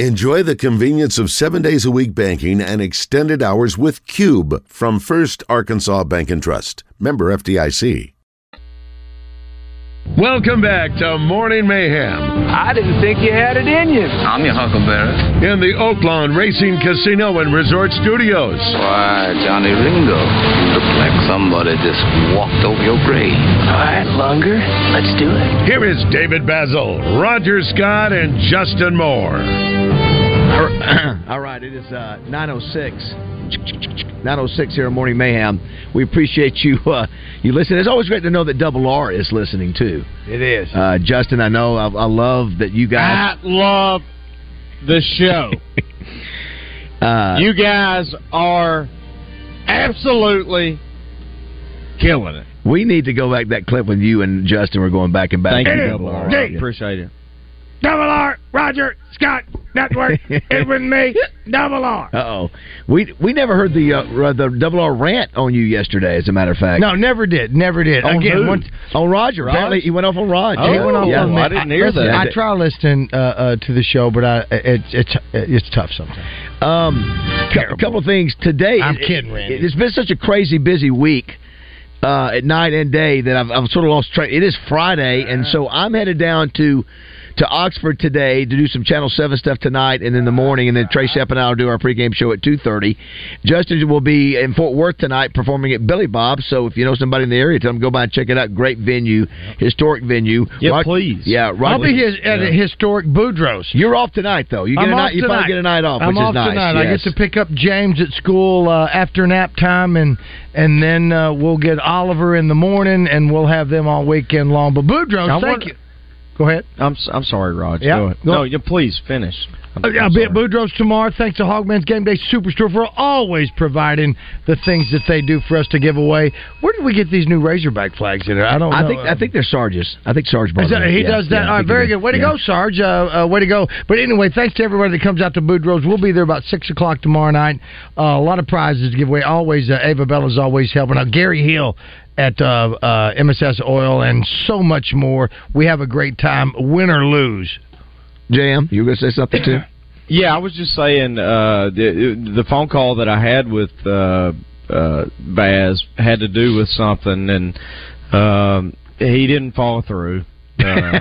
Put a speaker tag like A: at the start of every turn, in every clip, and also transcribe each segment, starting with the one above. A: Enjoy the convenience of seven days a week banking and extended hours with Cube from First Arkansas Bank and Trust. Member FDIC. Welcome back to Morning Mayhem
B: I didn't think you had it in you.
C: I'm your Huckleberry.
A: in the Oaklawn Racing Casino and Resort Studios.
C: Why, Johnny Ringo, you look like somebody just walked over your grave.
B: All right, Longer, let's do it.
A: Here is David Basil, Roger Scott, and Justin Moore.
D: All right, it is uh, 906. 906 here on Morning Mayhem. We appreciate you uh, you listening. It's always great to know that Double R is listening too.
E: It is.
D: Uh, Justin, I know I, I love that you guys.
E: I love the show.
F: Ah,
D: Uh,
E: you guys are absolutely killing it.
D: we need to go back that clip when you and Justin were going back and back.
E: Thank
D: on
E: you,
D: Double R.
E: Double R.
D: Appreciate it.
E: Double R, Roger, Scott, Network. it with me, Double R.
D: Uh oh, we we never heard the uh, the Double R rant on you yesterday. As a matter of fact,
G: No, never did. Never did.
D: On
G: Again,
D: who?
G: once
D: on Roger.
G: Raj?
D: Apparently, he went off on Roger.
G: he went off on me. listen, I
D: tried.
G: try listening uh, uh, to the show, but I it, it's it's tough sometimes.
D: Um, cou- a couple of things today.
G: I'm
D: it-
G: kidding,
D: it-
G: Randy.
D: it's been such a crazy busy week uh, at night and day that I've, I've sort of lost track. It is Friday,
G: Uh-huh.
D: and so I'm headed down to to Oxford today to do some Channel Seven stuff tonight, and in the morning, and then
G: Uh-huh.
D: Trace Epp and I will do our pregame show at two thirty. Justin will be in Fort Worth tonight performing at Billy Bob's. So if you know somebody in the area, tell them to go by and check it out. Great venue, historic venue.
G: Yeah,
D: please. Yeah, Roger,
G: I'll be his, at
D: Yeah.
G: a historic Boudreaux's.
D: You're off tonight though. You get
G: I'm
D: a
G: off
D: night. You finally
G: tonight.
D: get a night off,
G: I'm
D: which
G: off
D: is nice.
G: tonight. I
D: yes.
G: get to pick up James at school uh, after nap time, and and then uh, we'll get Oliver in the morning, and we'll have them all weekend long. But Boudreaux's,
F: I
G: thank
F: wonder-
G: you. Go ahead.
F: I'm s- I'm sorry, Raj.
G: Yeah,
F: Go ahead.
G: go-
F: no, you please finish. I'm-
G: Uh,
F: I'm
G: I'll be at
F: sorry.
G: Boudreaux's tomorrow. Thanks to Hogman's Game Day Superstore for always providing the things that they do for us to give away. Where did we get these new Razorback flags? In there? I don't.
D: I
G: know.
D: think I think they're Sarge's. I think Sarge brought
G: Is that-
D: them in.
G: he
D: Yeah,
G: does that.
D: yeah, I
G: All right,
D: think
G: very
D: he did.
G: good. Way to
D: Yeah.
G: go, Sarge. Uh, uh, way to go. But anyway, thanks to everybody that comes out to Boudreaux's. We'll be there about 6 o'clock tomorrow night. Uh, a lot of prizes to give away. Always, uh, Ava Bella's always helping out. Gary Hill at uh, uh, MSS Oil and so much more. We have a great time, win or lose.
D: Jam, you were going to say something too?
F: Yeah, I was just saying uh, the the phone call that I had with uh, uh, Baz had to do with something, and um, he didn't follow through. Uh,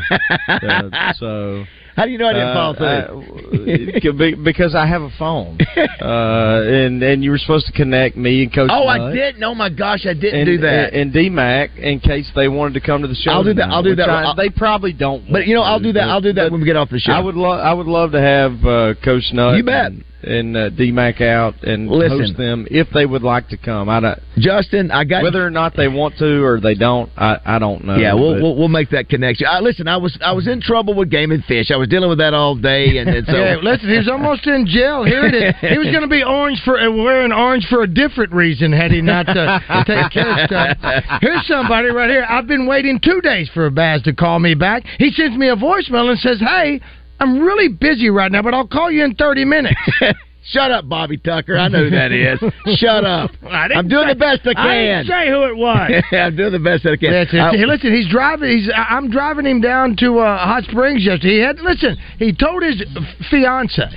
F: uh, so uh,
D: How do you know I didn't follow
F: through? because I have a phone, uh, and and you were supposed to connect me and Coach.
D: Oh, I
F: Mudd
D: didn't. Oh my gosh, I didn't
F: uh, and, uh,
D: do that.
F: And, and DMAC in case they wanted to come to the show.
D: I'll do that.
F: tonight,
D: I'll do
F: which
D: that.
F: I-
D: I'll-
F: they probably don't. want
D: but you know, I'll do that.
F: but-
D: I'll do that when we get off the show.
F: I would love. I would love to have uh, Coach Nutt.
D: You bet.
F: And, and uh, DMAC out and
D: Listen.
F: host them if they would like to come. I don't,
D: Justin, I got
F: whether or not they want to or they don't. I, I don't know.
D: Yeah, we'll,
F: but-
D: we'll we'll make that connection. I, listen, I was I was in trouble with Game and Fish. I was dealing with that all day, and, and so
G: yeah, listen, he was almost in jail. Here it is. He was going to be orange for uh, wearing orange for a different reason had he not uh, taken care of stuff. Here's somebody right here. I've been waiting two days for a Baz to call me back. He sends me a voicemail and says, "Hey, I'm really busy right now, but I'll call you in 30 minutes."
D: shut up, Bobby Tucker. I know who that is. shut up.
G: I didn't
D: I'm doing
G: say-
D: the best I
G: I didn't
D: can.
G: say who it was.
D: I'm doing the best that I can. Uh,
G: That's it.
D: I-
G: Hey, listen, he's driving. He's I- I'm driving him down to uh, Hot Springs yesterday. He had listen. He told his fiance.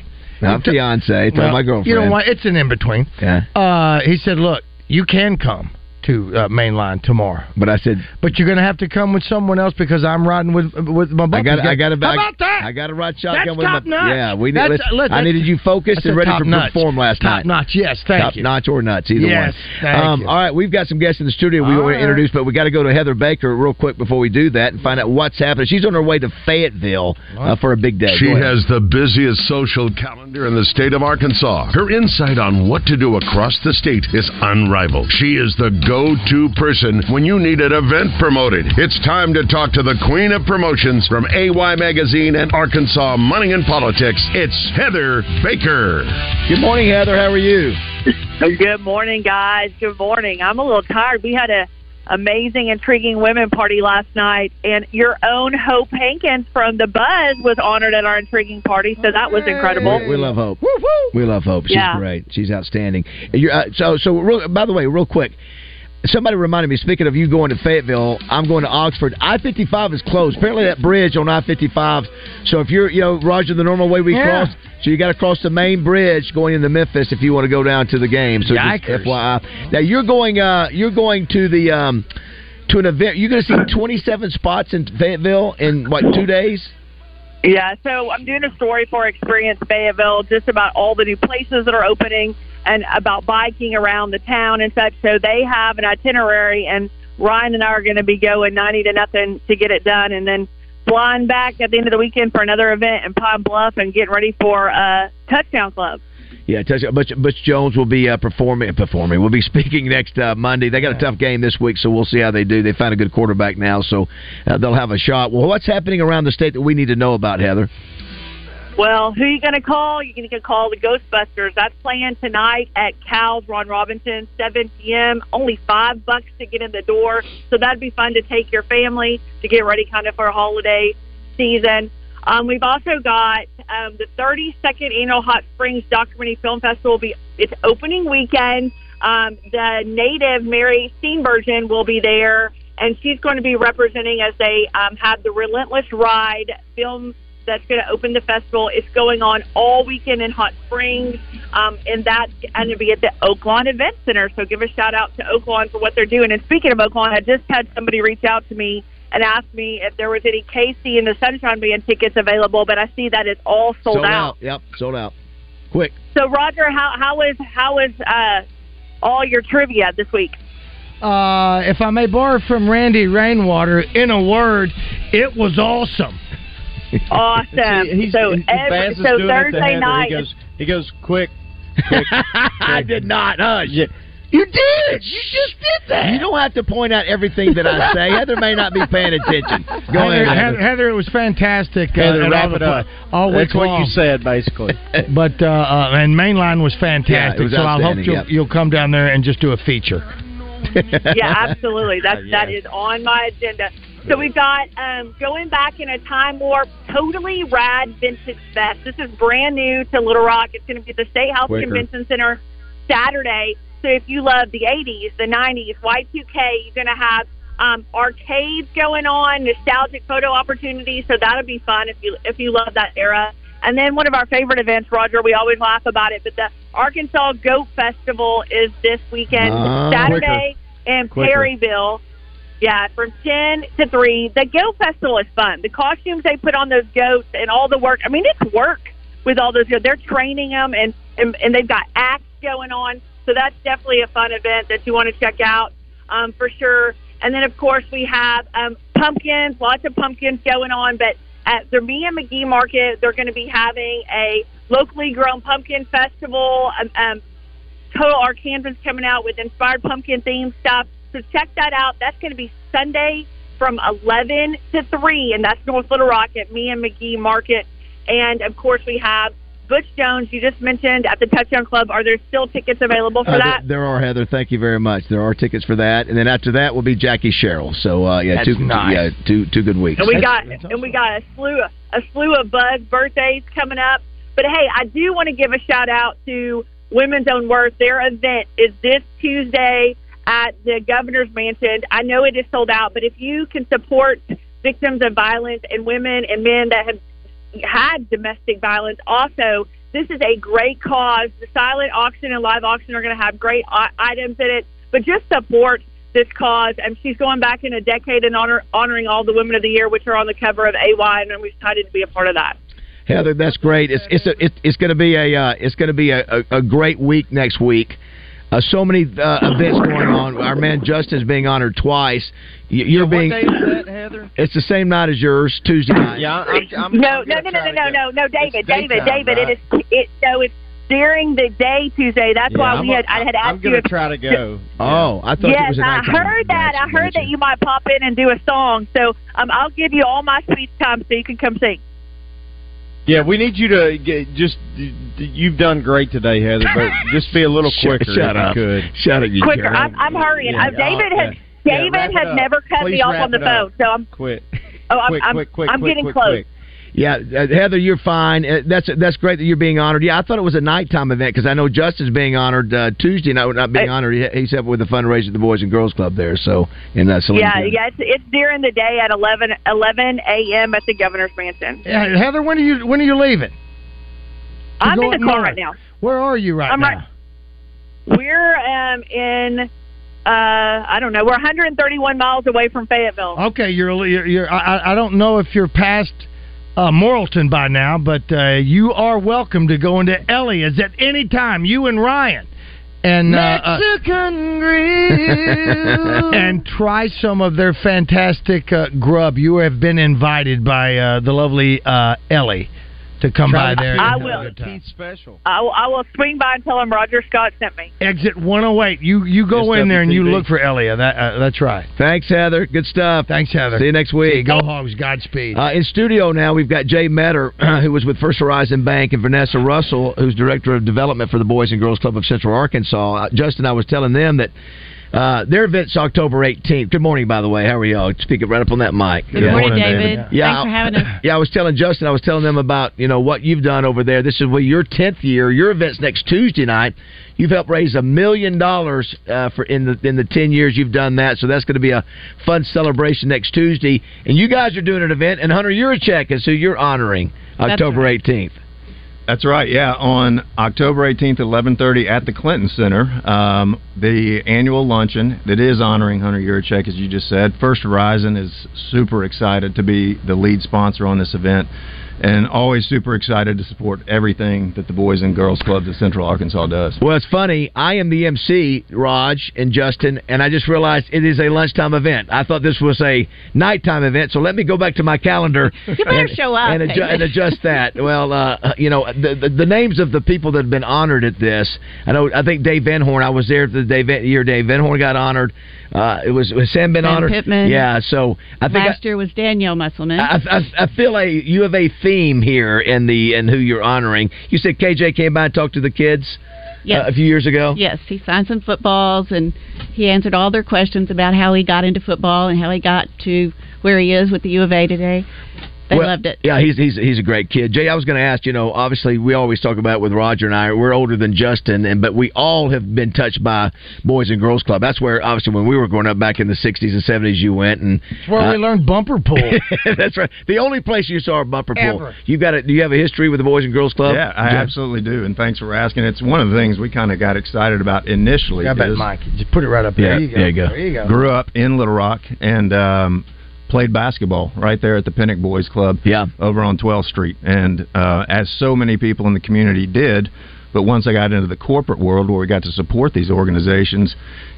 D: I'm fiance. Tell my girlfriend.
G: You know what? It's an in between.
D: Yeah.
G: Uh, he said, "Look, you can come to uh, Mainline tomorrow,
D: But I said
G: but you're going to have to come with someone else because I'm riding with with my buddies."
D: I got I got a
G: How about that?
D: I got a right shotgun
G: That's
D: with
G: top
D: my
G: notch.
D: Yeah, we
G: That's-
D: listen,
G: look,
D: I
G: that's-
D: needed you
G: I
D: focused
G: said
D: and ready
G: top
D: for
G: notch.
D: perform last
G: top
D: night.
G: notch. Yes, thank
D: top
G: you.
D: notch or nuts, either
G: Yes,
D: one.
G: thank
D: um,
G: you.
D: All right, we've got some guests in the studio we
G: All
D: want
G: right.
D: to introduce, but we got to go to Heather Baker real quick before we do that and find out what's happening. She's on her way to Fayetteville uh, for a big day.
A: She
D: Go ahead.
A: has the busiest social calendar in the state of Arkansas. Her insight on what to do across the state is unrivaled. She is the go to person when you need an event promoted. It's time to talk to the queen of promotions from AY Magazine and Arkansas Money and Politics. It's Heather Baker.
D: Good morning, Heather. How are you?
H: Good morning, guys. Good morning. I'm a little tired. We had a amazing, intriguing women party last night, and your own Hope Hankins from The Buzz was honored at our intriguing party, so that was incredible.
D: We, we love Hope. We love Hope. She's
H: Yeah.
D: great. She's outstanding. And You're, uh, so, so real, by the way, real quick, Somebody reminded me. Speaking of you going to Fayetteville, I'm going to Oxford. I-55 is closed. Apparently, that bridge on I-55. So if you're, you know, Roger, the normal way we
G: Yeah.
D: cross, so you got to cross the main bridge going into Memphis if you want to go down to the game. So just
G: Yikers.
D: FYI, now you're going, uh, you're going to the um, to an event. You're going to see 27 spots in Fayetteville in what two days?
H: Yeah, so I'm doing a story for Experience Fayetteville just about all the new places that are opening and about biking around the town and such. So they have an itinerary, and Ryan and I are going to be going 90 to nothing to get it done and then flying back at the end of the weekend for another event in Pine Bluff and getting ready for uh, Touchdown Club.
D: Yeah, touch, Butch, Butch Jones will be uh, performing. Performing. We'll be speaking next uh, Monday. They got a tough game this week, so we'll see how they do. They found a good quarterback now, so uh, they'll have a shot. Well, what's happening around the state that we need to know about, Heather?
H: Well, who you going to call? You're going to call the Ghostbusters. That's playing tonight at Cal's Ron Robinson, 7 p.m. Only five bucks to get in the door. So that'd be fun to take your family to get ready kind of for holiday season. Um, we've also got um, the 32nd Annual Hot Springs Documentary Film Festival. Will be It's opening weekend. Um, the native Mary Steenburgen will be there, and she's going to be representing as they um, have the Relentless Ride film that's going to open the festival. It's going on all weekend in Hot Springs, um, and that's going to be at the Oaklawn Event Center. So give a shout out to Oaklawn for what they're doing. And speaking of Oaklawn, I just had somebody reach out to me and ask me if there was any Casey and the Sunshine Band tickets available, but I see that it's all sold, out.
D: Yep, sold out. Quick.
H: So Roger, how how is how is uh, all your trivia this week?
G: Uh, if I may borrow from Randy Rainwater, in a word, it was awesome.
H: Awesome.
F: He's,
H: so
F: he's
H: every,
F: Baz is
H: so
F: doing it to
H: Thursday
F: Heather.
H: night.
F: He goes, he goes quick.
D: I did not. Hush.
F: Yeah.
D: You did. You just did that. You don't have to point out everything that I say. Heather may not be paying attention. Go
G: Heather,
D: ahead.
G: Heather, Heather, it was fantastic. uh,
F: Heather,
G: and
F: wrap
G: all the
F: it up.
G: play- All week
F: That's what
G: long.
F: you said, basically.
G: But uh, uh, and Mainline was
D: Yeah,
G: fantastic.
D: it was
G: so I hope
D: outstanding,
G: you'll,
D: yep.
G: you'll come down there and just do a feature.
H: yeah, absolutely. That's that
F: Yeah.
H: is on my agenda. So we've got um, going back in a time warp, totally rad vintage fest. This is brand new to Little Rock. It's going to be at the State House
F: Quicker.
H: Convention Center Saturday. So if you love the '80s, the '90s, Y2K, you're going to have um, arcades going on, nostalgic photo opportunities. So that'll be fun if you if you love that era. And then one of our favorite events, Roger. We always laugh about it, but the Arkansas Goat Festival is this weekend,
D: Ah,
H: Saturday in
F: Quicker.
H: Perryville. Yeah, from 10 to 3. The Goat Festival is fun. The costumes they put on those goats and all the work. I mean, it's work with all those goats. They're training them, and, and, and they've got acts going on. So that's definitely a fun event that you want to check out um, for sure. And then, of course, we have um, pumpkins, lots of pumpkins going on. But uh, at the Mia McGee Market, they're going to be having a locally grown pumpkin festival. Um, um, Total Arkansans coming out with inspired pumpkin themed stuff. So check that out. That's going to be Sunday from 11 to 3, and that's North Little Rock at me and McGee Market. And of course, we have Butch Jones, you just mentioned at the Touchdown Club. Are there still tickets available for
D: Uh,
H: that?
D: there, there are Heather. Thank you very much. There are tickets for that, and then after that will be Jackie Sherrill. So uh, yeah,
G: That's
D: two
G: nice.
D: yeah two two good weeks.
H: And we got and we got a slew a slew of buzz birthdays coming up. But hey, I do want to give a shout out to Women's Own Worth. Their event is this Tuesday at the Governor's Mansion. I know it is sold out, but if you can support victims of violence and women and men that have had domestic violence. Also, this is a great cause. The silent auction and live auction are going to have great i- items in it, but just support this cause. And she's going back in a decade and honor- honoring all the women of the year, which are on the cover of AY, and we're excited to be a part of that.
D: Heather, that's great. It's it's a, it, it's going to be a uh, it's going to be a, a, a great week next week. Uh, so many uh, events going on. Our man Justin's being honored twice. Y- You're being
F: that, Heather?
D: it's the same night as yours, Tuesday night.
F: Yeah, I'm, I'm,
H: no,
F: I'm
H: no,
F: gonna
H: no, no,
F: try
H: no,
F: to get-
H: no, no, no, David,
F: It's
H: David,
F: daytime,
H: David.
F: right?
H: It is it. So it's during the day Tuesday. That's
F: Yeah,
H: why
F: I'm
H: we
F: a-
H: had I had asked
F: I'm
H: you
F: gonna
H: if-
F: try to go.
D: Oh, I thought it
H: yes,
D: was a
H: I
D: nighttime
H: heard that. I heard that you might pop in and do a song. So um, I'll give you all my speech time so you can come sing.
F: Yeah, we need you to get, just. You've done great today, Heather, but just be a little
D: Shut-
F: quicker
D: shut
F: if
D: up.
F: you could.
D: Shut it, you
H: Quicker.
D: jerk.
H: I'm, I'm hurrying.
F: Yeah,
H: Uh, David
F: yeah.
H: has
F: Yeah,
H: David
F: wrap it
H: has
F: up.
H: never cut
F: Please
H: me off
F: wrap
H: on the
F: it up.
H: phone. So I'm
F: Quit.
H: oh I'm
F: quick,
H: I'm,
F: quick, quick,
H: I'm
F: quick,
H: getting
F: quick,
H: close.
F: quick.
D: Yeah, uh, Heather, you're fine. Uh, That's that's great that you're being honored. Yeah, I thought it was a nighttime event because I know Justin's being honored uh, Tuesday night. Not being honored, He- he's helping with the fundraiser at the Boys and Girls Club there. So, and uh, Celine
H: yeah,
D: Dion.
H: yeah, it's, it's during the day at 11, 11 a.m. at the governor's mansion.
G: Yeah, Heather, when are you when are you leaving? To
H: I'm
G: go
H: in the
G: up
H: car
G: north.
H: right now.
G: Where are you right
H: I'm
G: now?
H: right- We're um, in, uh, I don't know, we're 131 miles away from Fayetteville.
G: Okay, you're you're. you're I, I- I don't know if you're past uh, Morrilton by now, but uh, you are welcome to go into Elliot's at any time. You and Ryan. And uh,
E: Mexican
G: uh, and try some of their fantastic uh, grub. You have been invited by uh, the lovely uh, Ellie to come
F: Try
G: by there. and
H: I
G: have a
H: will.
G: good time.
F: special.
H: I will, I will swing by and tell him Roger Scott sent me.
G: Exit 108. You you go in there and you
D: SWTV.
G: look for Elliot. That, uh, that's right.
D: Thanks, Heather. Good stuff.
G: Thanks, Heather.
D: See you next week.
G: Go Hogs. Godspeed.
D: Uh, in studio now, we've got Jay Metter, who was with First Horizon Bank, and Vanessa Russell, who's Director of Development for the Boys and Girls Club of Central Arkansas. Uh, Justin, I was telling them that uh, their event's October 18th. Good morning, by the way. How are y'all? Speak it right up on that mic.
I: Good morning, David.
D: Yeah,
I: Thanks for having us.
D: Yeah, I was telling Justin, I was telling them about you know what you've done over there. This is well, your tenth year. Your event's next Tuesday night. You've helped raise a million dollars uh, for in the in the ten years you've done that. So that's going to be a fun celebration next Tuesday. And you guys are doing an event, and Hunter Yurichek is who you're honoring
I: That's
D: October eighteenth.
J: That's right. Yeah, on October 18th, 11:30 at the Clinton Center, um, the annual luncheon that is honoring Hunter Yurichek, as you just said. First Horizon is super excited to be the lead sponsor on this event, and always super excited to support everything that the Boys and Girls Clubs of Central Arkansas does.
D: Well, it's funny. I am the MC, Raj and Justin, and I just realized it is a lunchtime event. I thought this was a nighttime event, so let me go back to my calendar.
I: You better show up,
D: and, adju-
I: David.
D: and adjust that. Well, uh, you know the, the the names of the people that have been honored at this. I know. I think Dave Van Horn. I was there the day Van, year Dave Van Horn got honored. Uh, it was, was Sam been
I: Ben
D: honored.
I: Pittman.
D: Yeah. So I think. I,
I: Last year was Danielle Musselman.
D: I, I, I feel a you have a theme here in the and who you're honoring. You said KJ came by and talked to the kids
I: yes.
D: uh, a few years ago.
I: Yes, he signed some footballs and he answered all their questions about how he got into football and how he got to where he is with the U of A today. They
D: Well,
I: loved it.
D: Yeah, he's he's he's a great kid. Jay, I was going to ask. You know, obviously we always talk about with Roger and I. We're older than Justin, and but we all have been touched by Boys and Girls Club. That's where obviously when we were growing up back in the '60s and '70s, you went and uh,
G: That's where we learned bumper pull.
D: that's right. The only place you saw a bumper pool.
G: Ever.
D: You've got a, Do you have a history with the Boys and Girls Club?
J: Yeah, I
D: Jay?
J: absolutely do, and thanks for asking. It's one of the things we kind of got excited about initially.
G: Grab that
J: is-
G: mic. Just put it right up there.
J: Yeah,
G: there you go.
J: Grew up in Little Rock and um, played basketball right there at the Pinnock Boys Club
D: Yeah.
J: over on 12th Street. And uh, as so many people in the community did, but once I got into the corporate world where we got to support these organizations,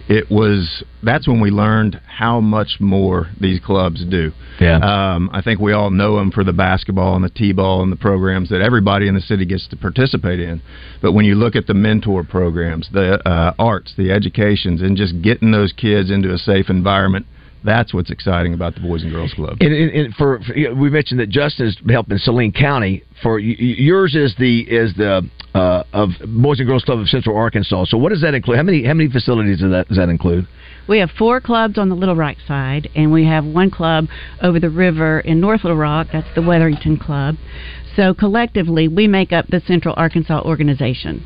J: it was that's when we learned how much more these clubs do.
D: Yeah.
J: Um, I think we all know them for the basketball and the t-ball and the programs that everybody in the city gets to participate in. But when you look at the mentor programs, the uh, arts, the educations, and just getting those kids into a safe environment, that's what's exciting about the Boys and Girls Club.
D: And, and, and for, for you know, we mentioned that Justin is helping Saline County. For y- y- yours is the is the uh, of Boys and Girls Club of Central Arkansas. So what does that include? How many how many facilities does that does that include?
I: We have four clubs on the Little Rock side, and we have one club over the river in North Little Rock. That's the Weatherington Club. So collectively, we make up the Central Arkansas organization.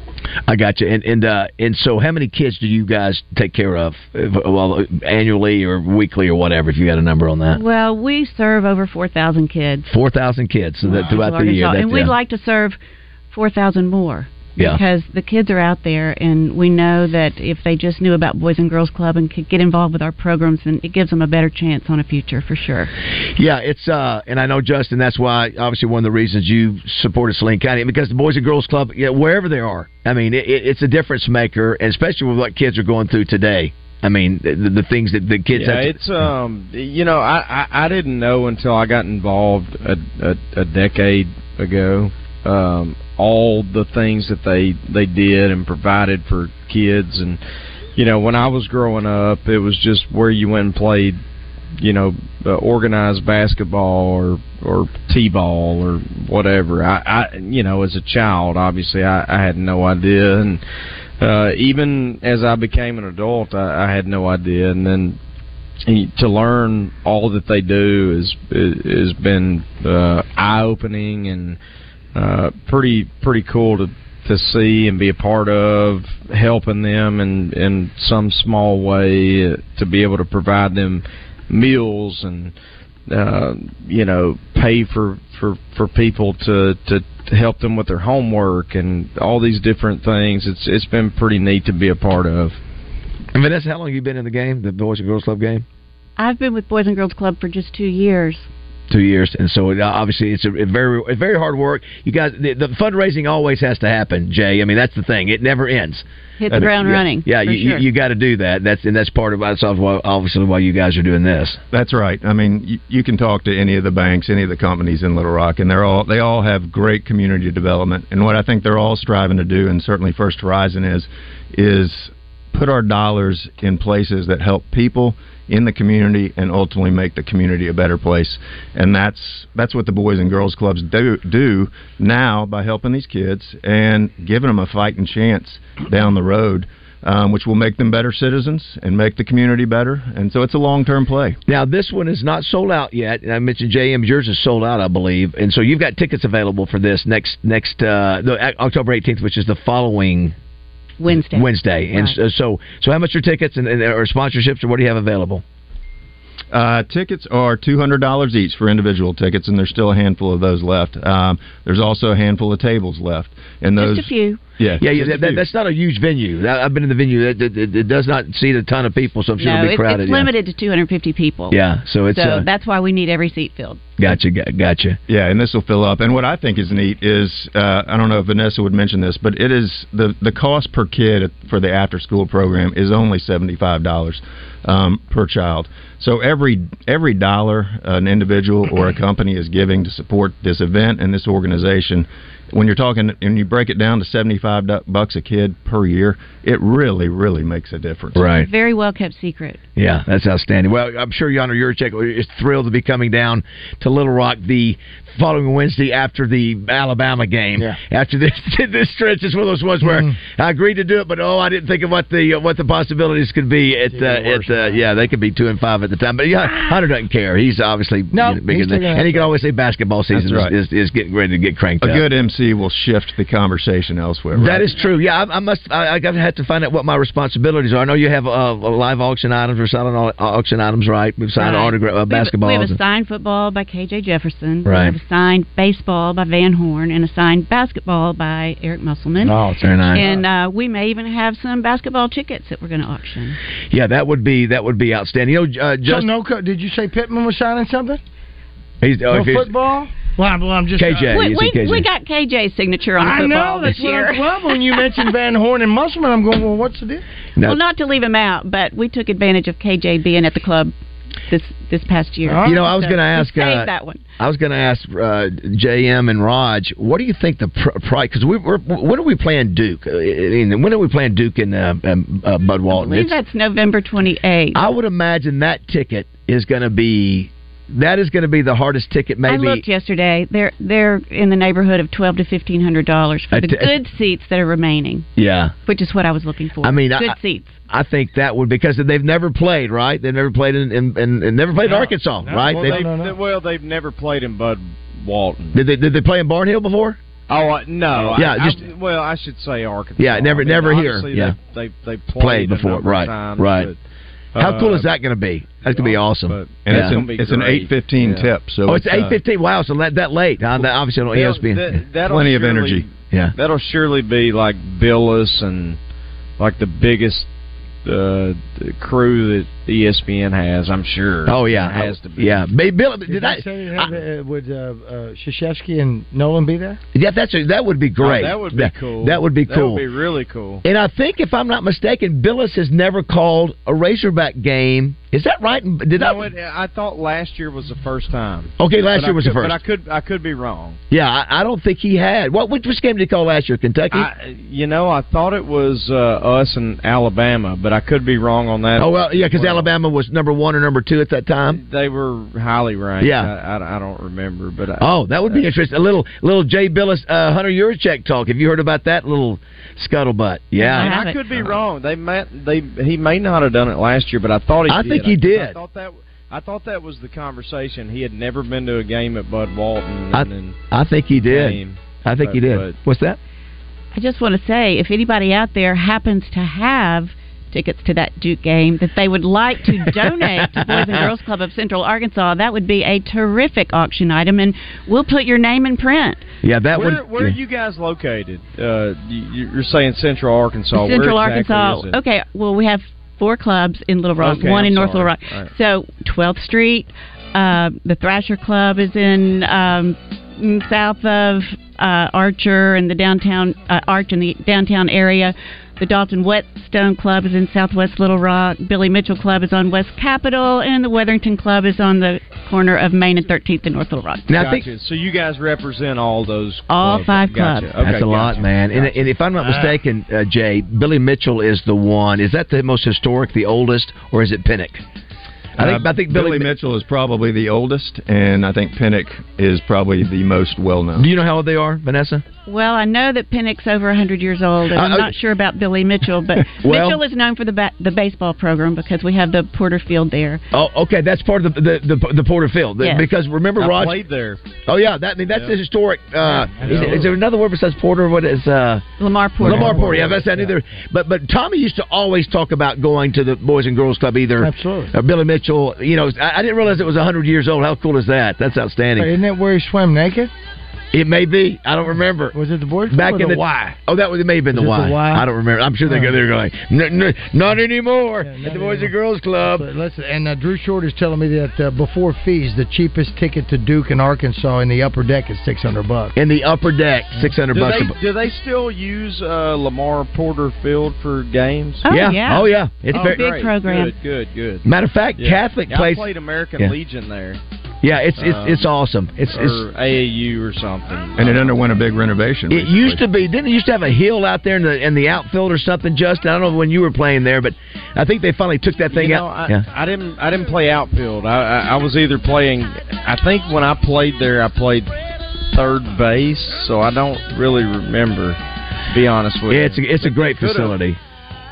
D: I got you. And and uh, and so, how many kids do you guys take care of, uh, well, annually or weekly or whatever? If you got a number on that,
I: Well, we serve over 4,000 kids
D: four thousand kids so that
I: in
D: throughout the
I: Arkansas,
D: year.
I: and
D: That's-
I: we'd
D: yeah.
I: like to serve 4,000 more.
D: Yeah.
I: Because the kids are out there, and we know that if they just knew about Boys and Girls Club and could get involved with our programs, then it gives them a better chance on a future for sure.
D: Yeah, it's uh, and I know Justin. That's why obviously one of the reasons you supported Saline County because the Boys and Girls Club, yeah, wherever they are, I mean, it, it- it's a difference maker, and especially with what kids are going through today. I mean, the, the things that the kids.
F: Yeah,
D: have to-
F: it's um, you know, I, I I didn't know until I got involved a a, a decade ago um, all the things that they they did and provided for kids, and you know, when I was growing up, it was just where you went and played, you know, uh, organized basketball or or t-ball or whatever. I, I you know, as a child, obviously, I, I had no idea and. Uh, even as I became an adult, I, I had no idea, and then to learn all that they do is has been uh, eye opening and uh, pretty pretty cool to to see and be a part of, helping them in in some small way uh, to be able to provide them meals and uh, you know pay for for for people to to to help them with their homework and all these different things. It's it's been pretty neat to be a part of.
D: And Vanessa, how long have you been in the game, the Boys and Girls Club game?
I: I've been with Boys and Girls Club for just two years.
D: Two years, and so it, obviously it's a it very it's very hard work. You guys, the, the fundraising always has to happen, Jay. I mean that's the thing; it never ends.
I: Hit the
D: I mean,
I: ground
D: yeah,
I: running,
D: Yeah,
I: for
D: you,
I: sure.
D: you, you got to do that. That's and that's part of that's obviously why you guys are doing this.
J: That's right. I mean, you, you can talk to any of the banks, any of the companies in Little Rock, and they're all they all have great community development. And what I think they're all striving to do, and certainly First Horizon is, is put our dollars in places that help people in the community and ultimately make the community a better place. And that's that's what the boys and girls clubs do do now by helping these kids and giving them a fighting chance down the road. Um, which will make them better citizens and make the community better. And so it's a long term play.
D: Now this one is not sold out yet, and I mentioned JM. Yours is sold out, I believe, and so you've got tickets available for this next next uh, no, Oc- October eighteenth, which is the following
I: Wednesday.
D: Wednesday. And so- so so how much are tickets and, and or sponsorships, or what do you have available?
J: Uh, tickets are two hundred dollars each for individual tickets, and there's still a handful of those left. Um, there's also a handful of tables left, and those
D: Just a few.
J: Yeah,
D: Yeah,
J: just a
D: that, that,
J: few.
D: that's not a huge venue. I- I've been in the venue. It, it, it- it does not seat a ton of people, so I'm sure
I: no,
D: it'll be
I: it-
D: crowded.
I: it's
D: yeah.
I: limited to 250 people.
D: Yeah, so it's,
I: so
D: uh,
I: that's why we need every seat filled.
D: Gotcha, gotcha.
J: Yeah, and this will fill up. And what I think is neat is uh, I don't know if Vanessa would mention this, but it is the the cost per kid for the after school program is only seventy five dollars um, per child. So every every dollar an individual or a company is giving to support this event and this organization, when you're talking and you break it down to seventy five bucks a kid per year, it really really makes a difference.
D: Right.
I: Very well kept secret.
D: Yeah, that's outstanding. Well, I'm sure Yonder Yurchek is thrilled to be coming down to Little Rock the following Wednesday after the Alabama game. After this this stretch, it's one of those ones where I agreed to do it, but oh, I didn't think of what the what the possibilities could be at uh, at uh, yeah, they could be two and five at the time. But yeah, Hunter doesn't care. He's obviously you know, bigger
J: he's
D: than,
J: still gonna
D: and he
J: have
D: can always say basketball season
J: That's right.
D: is, is, is getting ready to get cranked
J: A
D: up.
J: good MC will shift the conversation elsewhere. right?
D: That is true. Yeah, I, I must. I, I gotta have to find out what my responsibilities are. I know you have uh, live auction items or silent au- auction items, right? We've signed
I: Right.
D: autograph uh,
I: We have-
D: basketballs.
I: We have a
D: and-
I: signed football by KJ Jefferson.
D: Right.
I: We have a signed baseball by Van Horn and a signed basketball by Eric Musselman.
D: Oh, it's very nice.
I: And uh, we may even have some basketball tickets that we're going to auction.
D: yeah, that would be that would be outstanding. You know, uh,
G: So
D: just
G: no, co- did you say Pittman was signing something?
D: he's, oh,
G: No
D: if he's-
G: football? Well, I'm, well, I'm just uh,
D: KJ,
I: we,
D: you
I: we,
D: said KJ.
I: we got KJ's signature on a
G: I
I: football
G: know that's
I: this year.
G: what I love when you mentioned Van Horn and Musselman. I'm going, well, what's the deal?
D: No.
I: Well, not to leave him out, but we took advantage of KJ being at the club this this past year.
D: You know, I was
I: So
D: going to
I: we
D: ask.
I: saved
D: uh,
I: that one.
D: I was going to ask uh, JM and Raj, what do you think the pr- price? Because we, we're when are we playing Duke? Uh, I mean, when are we playing Duke and uh, um, uh, Bud
I: I
D: Walton?
I: believe
D: It's-
I: that's November 28th.
D: I would imagine that ticket is going to be that is going to be the hardest ticket maybe.
I: I looked yesterday. They're they're in the neighborhood of twelve to fifteen hundred dollars for
D: I
I: the
D: t- I-
I: good seats that are remaining,
D: yeah.
I: which is what I was looking for.
D: I mean, I-
I: good
D: I-
I: seats.
D: I think that would because they've never played, right? They've never played in, in, in, and never played in Arkansas, right?
F: Well,
D: They-
F: they've, they- well, they've never played in Bud Walton.
D: Did they did they play in Barnhill before?
F: Oh uh, no!
D: Yeah,
F: I,
D: just-
F: I, well, I should say Arkansas.
D: Yeah, never-
F: I mean,
D: never here.
F: obviously
D: Yeah.
F: they they, they played,
D: Played
F: a
D: before,
F: number of
D: right,
F: times,
D: right.
F: but,
D: How
F: uh,
D: cool is that going to be? That's going to be awesome.
J: and
D: Yeah.
J: it's an it's an eight fifteen tip. So
D: oh, it's
J: uh,
D: eight fifteen. Wow, so that, that late. Huh? That obviously on E
F: They'll-
D: ESPN.
F: that- that'll Plenty of surely- energy.
D: Yeah.
F: That'll surely be like Billis and like the biggest uh, crew that E ESPN has. I'm sure.
D: Oh yeah,
F: it has to be.
D: Yeah, Ba- Bill, did,
G: Did
D: I?
G: I say you have, uh, would uh, uh, Krzyzewski and Nolan be there?
D: Yeah, that's a, that would be great.
G: Oh, that
F: would be cool.
D: That would be
F: That
D: cool.
F: would be really cool.
D: and I think, if I'm not mistaken, Billis has never called a Razorback game. Is that right? Did
F: no,
D: I?
F: it, I thought last year was the first time.
D: Okay, last
F: But
D: year
F: I
D: was the
F: could- But
D: first.
F: I could I could be wrong.
D: Yeah, I, I don't think he had. What which, which game did he call last year? Kentucky.
F: I, you know, I thought it was uh, us and Alabama, but I could be wrong on that.
D: Oh well, yeah, because
F: Well,
D: Alabama was number one or number two at that time?
F: They were highly ranked.
D: Yeah.
F: I, I, I don't remember, but I,
D: Oh, that would be interesting. A little little Jay Billis, uh, Hunter Yurchek talk. Have you heard about that little scuttlebutt? Yeah,
F: and I could be wrong. They may they he may not have done it last year, but I thought he.
D: I
F: did.
D: think he did.
F: I thought that I thought that was the conversation. He had never been to a game at Bud Walton.
D: I,
F: and then
D: I think he did.
F: Game.
D: I think he
F: But-
D: did. What's that?
I: I just want to say if anybody out there happens to have tickets to that Duke game that they would like to donate to Boys and Girls Club of Central Arkansas, that would be a terrific auction item, and we'll put your name in print.
D: Yeah, that
F: where, Where are you guys located? Uh, you, you're saying Central Arkansas. Where
I: Central
F: exactly
I: Arkansas.
F: is it?
I: Okay, well, we have four clubs in Little Rock,
F: Okay,
I: one
F: I'm
I: in North
F: sorry.
I: Little Rock.
F: All right.
I: So 12th Street, uh, the Thrasher Club is in um, mm, south of uh, Archer and the downtown uh, Arch in the downtown area. The Dalton Whetstone Club is in Southwest Little Rock. Billy Mitchell Club is on West Capitol, and the Weatherington Club is on the corner of Main and 13th in North Little Rock.
F: gotcha. so you guys represent all those
I: All
F: clubs.
I: five
F: Gotcha.
I: clubs.
F: Okay,
D: That's a lot,
F: gotcha.
D: man. And,
F: Gotcha.
D: and if I'm not
F: Ah.
D: mistaken, uh, Jay, Billy Mitchell is the one. Is that the most historic, the oldest, or is it Pinnock? I think,
J: Uh,
D: I think
J: Billy,
D: Billy.
J: Mitchell is probably the oldest, and I think Pinnock is probably the most well known.
D: Do you know how old they are, Vanessa?
I: Well, I know that Pennick's over 100 years old, and
D: Uh,
I: I'm
D: uh,
I: not sure about Billy Mitchell, but
D: Well-
I: Mitchell is known for the ba- the baseball program because we have the Porterfield there.
D: Oh, okay. That's part of the the the, the Porterfield The-
I: Yes.
D: because remember
I: I
D: Roger
I: played
F: there.
D: Oh yeah, that I mean, that's
I: Yeah.
D: the historic. Uh, is,
I: Yeah.
D: is there another word besides Porter? What is uh,
I: Lamar Porter.
D: Lamar Porter. Yeah, that's that either. But but Tommy used to always talk about going to the Boys and Girls Club either.
G: Absolutely.
D: Or Billy Mitchell. You know, I, I didn't realize it was hundred years old. How cool is that? That's outstanding.
G: Isn't that where he swam naked?
D: It may be. I don't remember. Was
G: it the boys
D: Back
G: or
D: in
G: the
D: the
G: Y?
D: Oh, that was, it may have been the
G: Was it
D: y.
G: the Y? Oh.
D: I don't remember. I'm sure they go. They're going. "N- n- not anymore. at the Boys and Girls Club.
G: But listen, and uh, Drew Short is telling me that uh, before fees, the cheapest ticket to Duke in Arkansas in the upper deck is six hundred bucks.
D: In the upper deck, six hundred
F: Do they, do they still use uh, Lamar Porter Field for games?
D: Oh, Yeah. yeah. Oh, yeah. It's
F: oh,
D: very-
F: great.
D: Big program.
F: Good, good, good.
D: Matter of fact,
F: Yeah.
D: Catholic
F: yeah,
D: plays-
F: I played American
D: Yeah.
F: Legion there.
D: Yeah, it's it's,
G: Uh,
F: Um,
D: it's awesome. It's it's
F: or AAU or something.
J: And it underwent a big renovation.
D: It used to be. Didn't it used to have a hill out there in the in the outfield or something, Justin? I don't know when you were playing there, but I think they finally took that thing
F: You know,
D: out.
F: I,
D: yeah.
F: I didn't. I didn't play outfield. I, I, I was either playing. I think when I played there, I played third base. So I don't really remember. to Be honest with
D: Yeah,
F: you.
D: it's a, it's a great
F: Could've-
D: facility.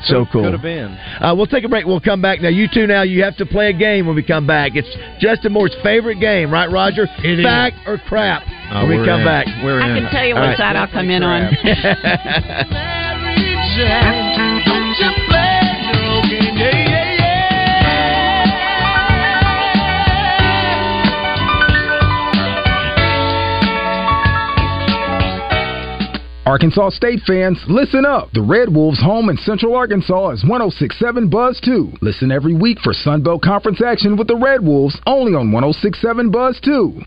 D: So
F: could've-
D: cool.
F: Could have been.
D: Uh, we'll take a break. We'll come back. Now, you two, now you have to play a game when we come back. It's Justin Moore's favorite game, right, Roger?
G: It is.
D: Fact or crap?
G: Oh,
D: when
G: we're
D: we come
G: in.
D: back,
G: We're I in. can tell you
D: All
G: what
D: right.
G: side I'll come in on.
K: Arkansas State fans, listen up. The Red Wolves home in Central Arkansas is 1067 Buzz 2. Listen every week for Sunbelt Conference action with the Red Wolves only on 1067 Buzz 2.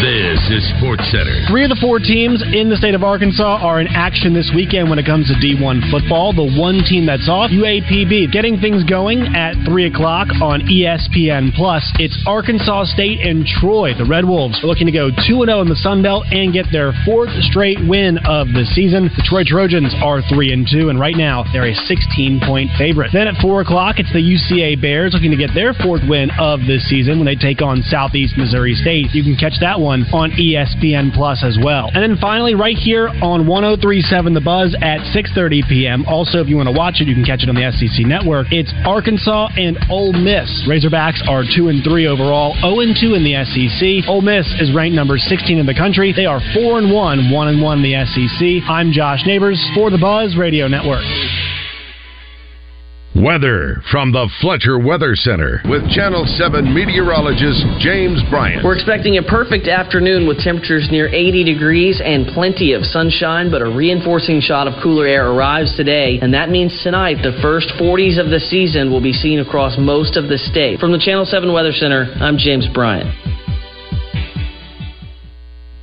A: This is Sports Center.
L: Three of the four teams in the state of Arkansas are in action this weekend when it comes to D1 football. The one team that's off, UAPB, getting things going at 3 o'clock on E ESPN. Plus, it's Arkansas State and Troy. The Red Wolves are looking to go 2 0 in the Sun Belt and get their fourth straight win of the season. The Troy Trojans are 3 and 2, and right now they're a 16 point favorite. Then at 4 o'clock, it's the UCA Bears looking to get their fourth win of the season when they take on Southeast Missouri State. You can catch that one on E ESPN Plus as well. And then finally, right here on 1037 The Buzz at 6.30 p.m. Also, if you want to watch it, you can catch it on the SEC Network. It's Arkansas and Ole Miss. Razorbacks are 2 and 3 overall, 0 and 2 in the SEC. Ole Miss is ranked number 16 in the country. They are 4 and 1, 1 and 1 in the SEC. I'm Josh Neighbors for The Buzz Radio Network.
A: Weather from the Fletcher Weather Center with Channel 7 meteorologist James Bryant.
M: We're expecting a perfect afternoon with temperatures near 80 degrees and plenty of sunshine, but a reinforcing shot of cooler air arrives today, and that means tonight the first 40s of the season will be seen across most of the state. From the Channel 7 Weather Center, I'm James Bryant.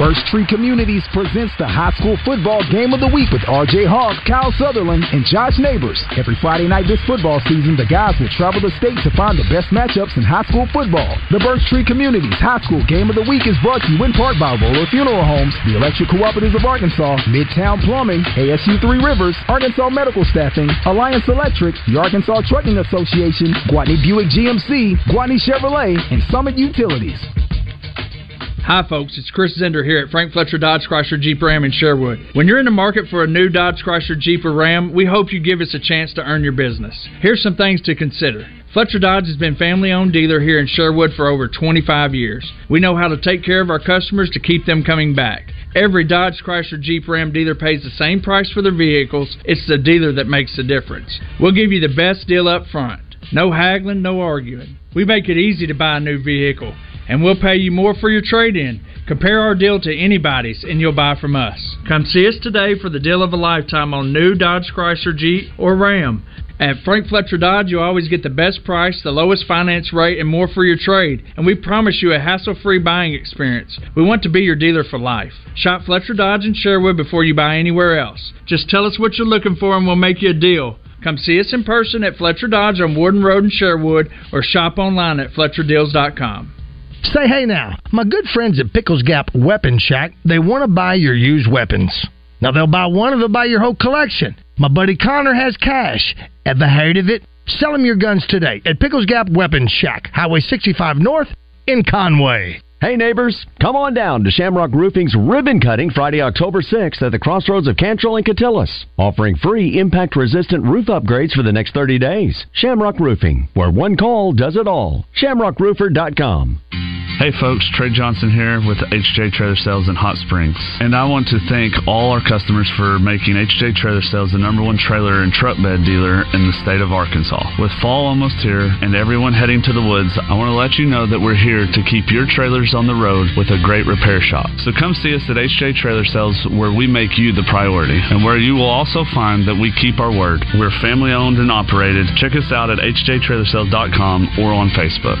K: Birch Tree Communities presents the high school football game of the week with RJ Hawk, Kyle Sutherland, and Josh Neighbors. Every Friday night this football season, the guys will travel the state to find the best matchups in high school football. The Birch Tree Communities High School Game of the Week is brought to you in part by Roller Funeral Homes, the Electric Cooperatives of Arkansas, Midtown Plumbing, ASU Three Rivers, Arkansas Medical Staffing, Alliance Electric, the Arkansas Trucking Association, Guatney Buick GMC, Guatney Chevrolet, and Summit Utilities.
N: Hi, folks. It's Chris Zender here at Frank Fletcher Dodge Chrysler Jeep Ram in Sherwood. When you're in the market for a new Dodge Chrysler Jeep or Ram, we hope you give us a chance to earn your business. Here's some things to consider. Fletcher Dodge has been family owned dealer here in Sherwood for over 25 years. We know how to take care of our customers to keep them coming back. Every Dodge Chrysler Jeep Ram dealer pays the same price for their vehicles. It's the dealer that makes the difference. We'll give you the best deal up front. No haggling, no arguing. We make it easy to buy a new vehicle, and we'll pay you more for your trade in. Compare our deal to anybody's, and you'll buy from us. Come see us today for the deal of a lifetime on new Dodge Chrysler Jeep or Ram. At Frank Fletcher Dodge, you always get the best price, the lowest finance rate, and more for your trade. And we promise you a hassle free buying experience. We want to be your dealer for life. Shop Fletcher Dodge in Sherwood before you buy anywhere else. Just tell us what you're looking for, and we'll make you a deal. Come see us in person at Fletcher Dodge on Warden Road in Sherwood or shop online at FletcherDeals.com.
G: Say hey now. My good friends at Pickles Gap Weapon Shack, they want to buy your used weapons. Now they'll buy one and they'll buy your whole collection. My buddy Connor has cash. Ever heard of it? Sell him your guns today at Pickles Gap Weapon Shack, Highway 65 North in Conway.
O: Hey neighbors, come on down to Shamrock Roofing's ribbon cutting Friday, October 6th at the crossroads of Cantrell and Catillus, offering free impact resistant roof upgrades for the next 30 days. Shamrock Roofing, where one call does it all. ShamrockRoofer.com.
P: Hey folks, Trey Johnson here with HJ Trailer Sales in Hot Springs. And I want to thank all our customers for making HJ Trailer Sales the number one trailer and truck bed dealer in the state of Arkansas. With fall almost here and everyone heading to the woods, I want to let you know that we're here to keep your trailers on the road with a great repair shop. So come see us at HJ Trailer Sales where we make you the priority and where you will also find that we keep our word. We're family owned and operated. Check us out at hjtrailersales.com or on Facebook.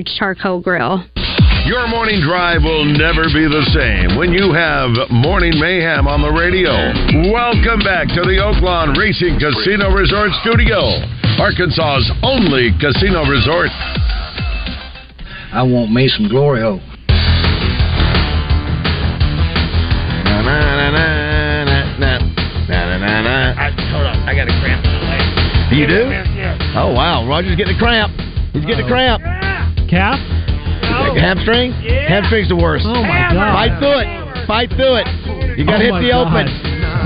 Q: charcoal grill.
A: Your morning drive will never be the same when you have Morning Mayhem on the radio. Welcome back to the Oaklawn Racing Casino Resort Studio, Arkansas's only casino resort.
R: I want me some glory hole.
D: Hold on, I got a cramp in the leg. You do? Oh wow, Roger's getting a cramp. He's getting a cramp. Calf? Hamstring? Hamstring's the worst. Oh
E: my God.
D: Fight through it. Fight through it. You got
E: Oh
D: hit
E: my
D: the
E: God.
D: open.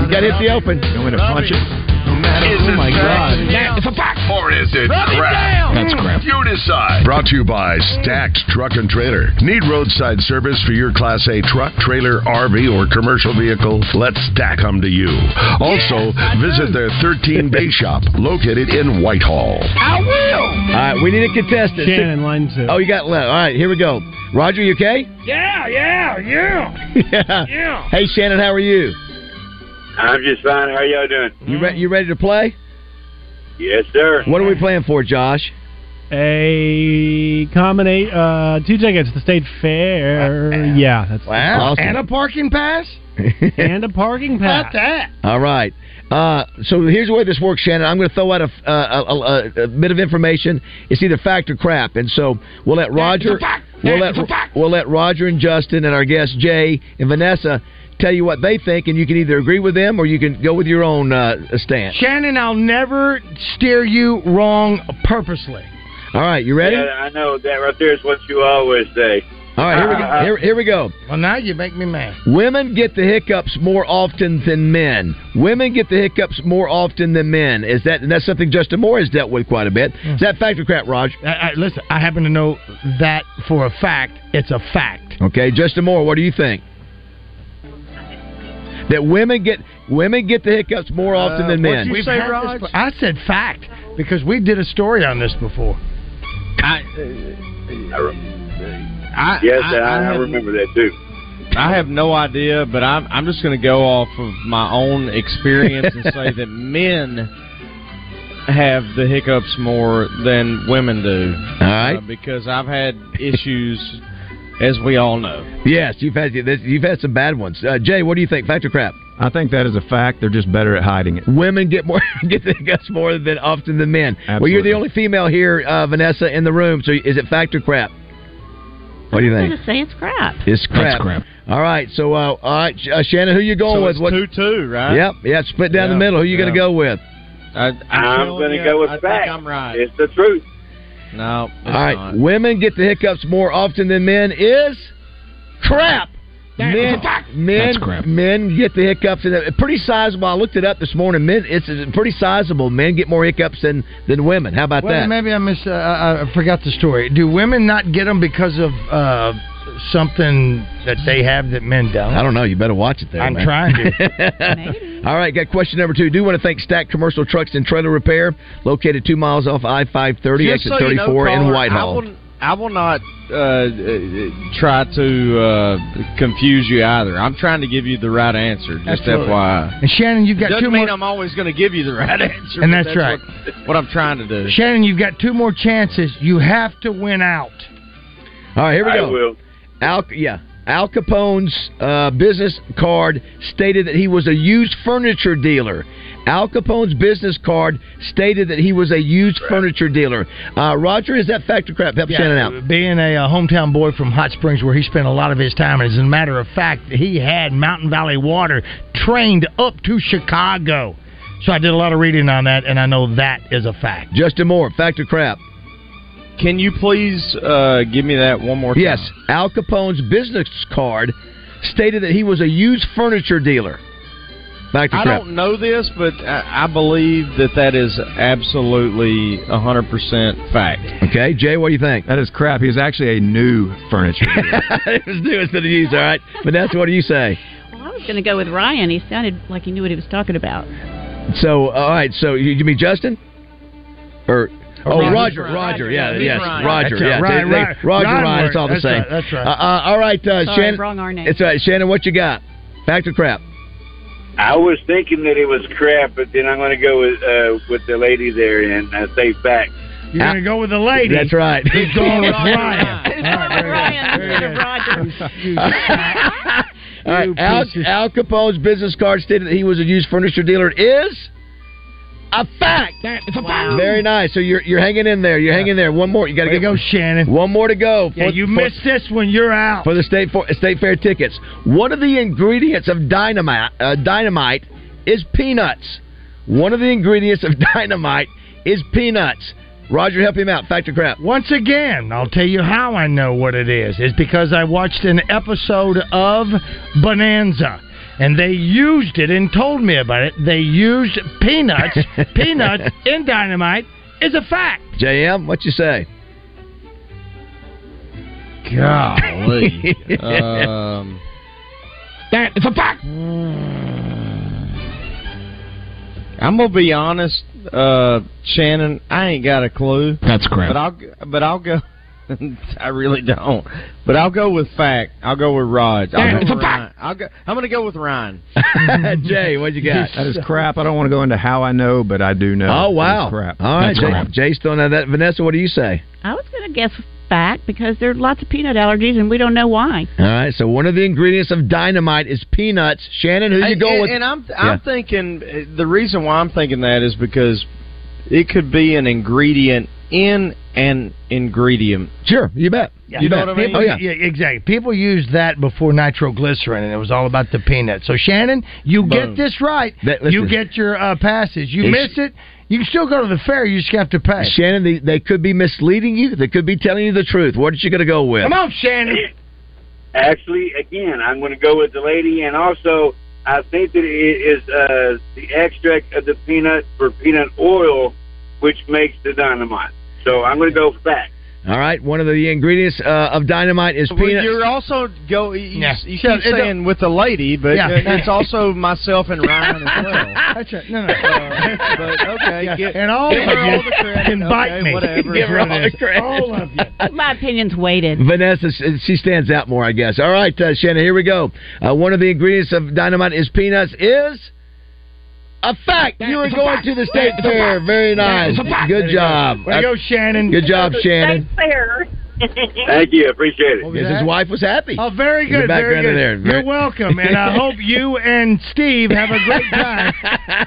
D: You got hit the open. You want to punch it?
A: Is
D: Oh my God.
A: It's a fact. Or is it
D: Run it
A: crap?
D: down.
A: That's crap. You decide. Brought to you by Stacked Truck and Trailer. Need roadside service for your Class A truck, trailer, RV, or commercial vehicle? Let Stack come to you. Also, visit their 13 bay shop located in Whitehall.
D: I will. All
E: Uh,
D: right, we need a contestant.
A: Shannon,
D: line two. Oh, you got left. All right, here we go. Roger, you okay?
E: Yeah,
F: Oh,
E: yeah, yeah.
D: yeah.
E: Yeah.
D: Hey, Shannon, how are you?
S: I'm just fine. How y'all doing?
D: You re- you ready to play?
S: Yes, sir.
D: What are we playing for, Josh?
L: A combinate uh, two tickets to the state fair. yeah, that's
D: Wow. Awesome.
G: And a parking pass?
L: and a parking
G: How
L: pass.
G: about that?
D: All right. Uh, so here's the way this works, Shannon. I'm going to throw out a, uh, a, a, a bit of information. It's either fact or crap, and so we'll let Roger, we'll let we'll let Roger and Justin and our guests Jay and Vanessa tell you what they think, and you can either agree with them or you can go with your own uh, stance.
G: Shannon, I'll never steer you wrong purposely.
D: All right, you ready?
S: Yeah, I know that right there is what you always say.
D: All right, here we
G: Uh,
D: go. Here, here we go.
G: Well, now you make me mad.
D: Women get the hiccups more often than men. Women get the hiccups more often than men. Is that and that's something Justin Moore has dealt with quite a bit? Is that fact or crap, Raj?
G: I, I, Uh, listen, I happen to know that for a fact. It's a fact.
D: Okay, Justin Moore, what do you think? that women get women get the hiccups more
G: Uh,
D: often than men.
G: We've had this be- I said fact because we did a story on this before.
S: I,
G: I-
S: yes,
G: I-
S: I,
G: I
S: I,
G: have-
S: remember that too.
F: I have no idea, but I'm I'm just going to go off of my own experience and say that men have the hiccups more than women do.
D: All right.
F: because I've had Uh, issues, as we all know.
D: Yes, you've had this, you've had some bad ones. Uh, Jay, what do you think? Fact or crap?
J: I think that is a fact. They're just better at hiding it.
D: Women get more get the hiccups more than often than men. Well, you're
J: Absolutely.
D: the only female here, uh, Vanessa, in the room. So is it fact or crap? What do you think?
I: I'm going to say it's crap.
D: It's crap. All right. So, uh, all right, Sh- uh, Shannon, who you going
F: So
D: with?
F: it's two two, right?
D: Yep. Yeah. Split down the
F: Yeah,
D: middle. Who you
F: yeah.
D: going to go with?
F: I,
S: I'm
F: telling
S: going to
F: you,
S: go with
F: I
S: fact.
F: Think I'm right.
S: It's the truth.
F: No.
D: all right. Women get the hiccups more often than men. Is crap. men, men,
E: That's crap.
D: men get the hiccups, and it- pretty sizable. I looked it up this morning. Men, it's it's pretty sizable. Men get more hiccups than than women. How about
G: Well,
D: that?
G: maybe I miss. Uh, I I forgot the story. Do women not get them because of uh, something that they have that men don't?
D: I don't know. You better watch it there.
G: I'm
D: man.
G: trying to.
D: All right, got question number two. Do want to thank Stack Commercial Trucks and Trailer Repair, located two miles off I five thirty,
F: Just
D: exit
F: so you
D: thirty
F: know,
D: four in
F: caller,
D: Whitehall.
F: I will, I will not uh, uh, try to uh, confuse you either. I'm trying to give you the right answer. Just
G: Absolutely.
F: FYI.
G: And Shannon, you've got
F: Doesn't
G: two
F: mean
G: more.
F: I'm always going to give you the right answer.
G: And
F: but
G: that's right.
F: What, what I'm trying to do.
G: Shannon, you've got two more chances. You have to win out.
D: All right, here we
G: I
D: go.
S: will.
D: Al, yeah, Al Capone's uh, business card stated that he was a used furniture dealer. Al Capone's business card stated that he was a used furniture dealer. Uh, Roger, is that fact or crap? Help Shannon out.
G: Being a uh, hometown boy from Hot Springs, where he spent a lot of his time, and as a matter of fact, he had Mountain Valley Water trained up to Chicago. So I did a lot of reading on that, and I know that is a fact.
D: Justin Moore, fact or crap?
F: Can you please uh, give me that one more time?
D: Yes, Al Capone's business card stated that he was a used furniture dealer. Fact or
F: I
D: crap?
F: don't know this, but I, I believe that that is absolutely 100% fact.
D: Okay, Jay, what do you think?
J: That is crap. He's actually a new furniture.
D: it was new instead of used. All right, Vanessa, what do you say?
I: Well, I was going to go with Ryan. He sounded like he knew what he was talking about.
D: So, all right. So, you, you mean Justin? Or oh,
I: Ryan.
D: Roger,
I: Ryan.
D: Roger, yeah,
I: Ryan.
D: yes,
I: Ryan.
D: Roger,
I: That's right,
D: yeah,
I: Ryan,
D: they- they-
I: Ryan.
D: Roger,
I: Ryan
D: Ryan. It's all the
I: works.
D: same.
I: That's right, that's right.
D: Uh, uh, all right, uh,
I: Sorry,
D: Shannon.
I: wrong Arnett.
D: It's all right, Shannon. What you got? Fact or crap?
S: I was thinking that it was crap, but then I'm going to go with uh, with the lady there and uh, say fact.
G: You're going to go with the lady.
D: That's right.
G: Who's going with Ryan?
D: All right, Al, Al Capone's business card stated that he was a used furniture dealer. Is a fact.
G: It's a fact.
D: very nice. So you're you're hanging in there. You're hanging there. One more. You got to go,
G: Shannon.
D: One more to go.
G: Yeah, you missed this one. You're out.
D: for the state for, state fair tickets. One of the ingredients of dynamite uh, dynamite is peanuts. One of the ingredients of dynamite is peanuts. Roger, help him out. Fact or crap?
G: Once again, I'll tell you how I know what it is. It's because I watched an episode of Bonanza. And they used it and told me about it. They used peanuts. peanuts in dynamite is a fact.
D: JM, what you say?
F: Golly.
G: Uh,
F: um,
G: that is a fact.
F: I'm gonna be honest, uh, Shannon. I ain't got a clue.
L: That's crap.
F: But I'll but I'll go. I really don't. But I'll go with fact. I'll go with Rod. I'll go
L: It's
F: with Ryan. I'll go, I'm gonna go with Ryan.
D: Jay, what you got?
J: That is crap. I don't want to go into how I know, but I do know.
D: Oh wow!
J: That is crap.
D: All right, Jay, Jay's throwing out that. Vanessa, what do you say?
I: I was going to guess fact because there are lots of peanut allergies and we don't know why.
D: All right, so one of the ingredients of dynamite is peanuts. Shannon, who you
F: And-
D: go
F: and,
D: with?
F: And I'm I'm thinking uh, the reason why I'm thinking that is because it could be an ingredient in an ingredient.
D: Sure, you bet. Oh,
F: You know what I mean?
G: People- exactly. People used that before nitroglycerin, and it was all about the peanut. So, Shannon, you
D: Boom.
G: get this right.
D: That- listen.
G: you get your uh, passes. You
D: It's-
G: miss it, you can still go to the fair. You just have to pay.
D: Shannon, they, they could be misleading you. They could be telling you the truth. What are you going to go with?
G: Come on, Shannon.
S: Actually, again, I'm going to go with the lady, and also I think that it is uh, the extract of the peanut for peanut oil, which makes the dynamite. So I'm going to go fact.
D: All right. One of the ingredients uh, of dynamite is
F: Well,
D: peanut.
F: you're also go. You,
D: Yeah.
F: you
D: Yeah,
F: keep
D: it don't-
F: saying with the lady, but
D: Yeah.
F: uh, it's also myself and Ryan as well.
G: That's right. No, no.
F: Uh, but okay, get,
G: And all
F: give
G: of
F: her all
G: you
F: the credit.
G: can bite
F: okay,
G: me.
F: Whatever.
G: Give her all the
D: credit.
F: All of you.
I: My opinion's weighted.
D: Vanessa, she- she stands out more, I guess. All right, uh, Shannon, here we go. Uh, one of the ingredients of dynamite is peanuts is a fact. You are going to the state fair. Very nice. Good job. Uh,
G: Way to go, Shannon.
D: Good job, Shannon.
H: Fair.
S: Thank you. Appreciate it.
D: Yes, his wife was happy.
G: Oh, very
D: In the
G: good. Very
D: background
G: good.
D: there. Very-
G: You're welcome, and I hope you and Steve have a great time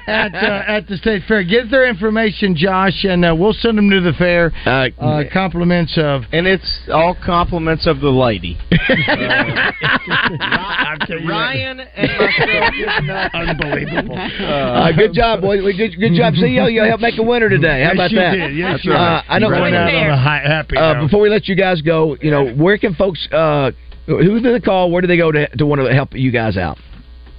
G: at uh, at the state fair. Get their information, Josh, and uh, we'll send them to the fair.
D: Uh,
G: compliments of,
F: and it's all compliments of the lady. Ryan and myself is not
G: unbelievable.
D: Uh, good job, boys. We- Good, good job. See, yo, you helped make a winner today. How
G: Yes,
D: about
G: you
D: that?
G: did. Yes, you
D: uh,
G: did.
D: I know.
G: You went out on a high- happy
D: Uh,
G: note.
D: before we let you guys go, you know, where can folks? Uh, who do they call? Where do they go to to want to help you guys out?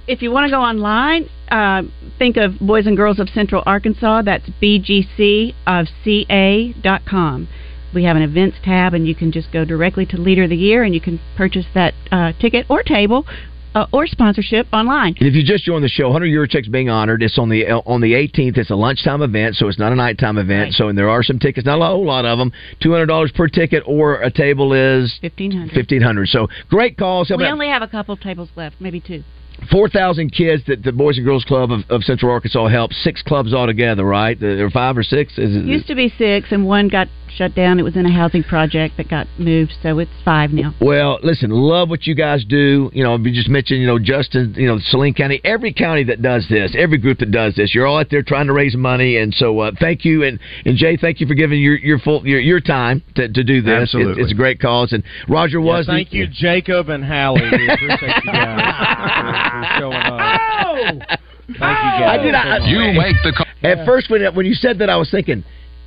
I: If you want to go online, uh, think of Boys and Girls of Central Arkansas. That's bgcofca.com. We have an events tab, and you can just go directly to Leader of the Year, and you can purchase that uh, ticket or table uh, or sponsorship online.
D: And if you just joined the show, 100 Euro Checks being honored. It's on the uh, on the 18th. It's a lunchtime event, so it's not a nighttime event. So and there are some tickets, not a whole lot of them. $200 per ticket, or a table is
I: 1500
D: 1500 So great calls. Help
I: We
D: out.
I: only have a couple of tables left, maybe two.
D: 4,000 kids that the Boys and Girls Club of, of Central Arkansas helps. Six clubs altogether, right? There are five or six? Is
F: Mm-hmm.
D: it,
I: Used to be six, and one got shut down. It was in a housing project that got moved, so it's five now.
D: Well, listen, love what you guys do. You know, you just mentioned, you know, Justin, you know, Saline County, every county that does this, every group that does this, you're all out there trying to raise money. And so, uh, thank you, and and Jay, thank you for giving your your full your, your time to, to do this. It-
F: Absolutely.
D: it's a great cause. And Roger
F: Yeah,
D: was
F: thank
D: the,
F: you, Jacob and Hallie. We appreciate you guys for showing up.
G: Oh!
F: Thank you guys.
D: I did. I,
F: You make
D: the call. At first, when when you said that, I was thinking.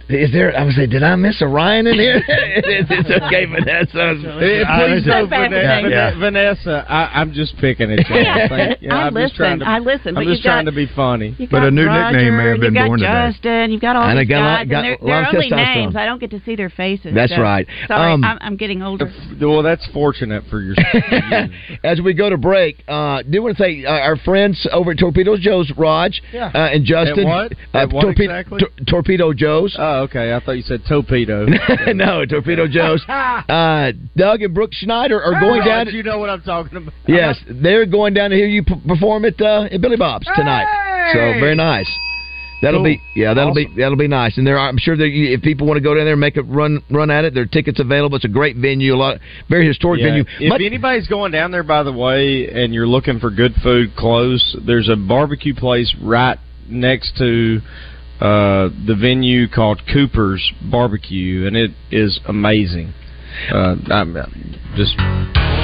D: Is there? I was like, did I miss a Ryan in here? it's, it's okay, Vanessa.
F: Uh, please don't, Vanessa.
D: Yeah.
F: Vanessa, I, I'm just picking at you.
I: Yeah.
F: Thank you.
I: I
F: I'm just
I: listen,
F: trying to,
I: I listen, but
F: I'm
I: you
F: just trying
I: got-
F: to be funny.
I: You got Roger, you got Justin, You've got all
F: And I
I: these
F: got a lot-
I: guys, and
F: got a
I: they're,
F: lot
I: they're
F: of
I: only
F: testosterone.
I: names. I don't get to see their faces.
D: That's
I: so-
D: right.
I: Sorry,
D: Um,
I: I'm, I'm getting older.
F: Well, that's fortunate for your.
D: As we go to break, uh, do want to thank uh, our friends over at Torpedo Joe's, Raj
F: Yeah.
D: uh, and Justin.
F: At what?
D: Uh,
F: At what
D: Torpe-
F: exactly?
D: Tor- Torpedo Joe's.
F: Oh, okay. I thought you said torpedo.
D: no, Torpedo Joe's. Uh, Doug and Brooke Schneider are going
F: Oh,
D: down.
F: You know what I'm talking about.
D: Yes, they're going down to hear you p- perform at uh, at Billy Bob's tonight. So very nice. That'll be yeah, that'll be that'll be nice. And there, are, I'm sure there, if people want to go down there and make a run run at it, there are tickets available. It's a great venue, a lot very historic
F: Yeah.
D: venue.
F: If
D: Much-
F: anybody's going down there, by the way, and you're looking for good food close, there's a barbecue place right next to uh, the venue called Cooper's Barbecue, and it is amazing. Uh, I'm uh, just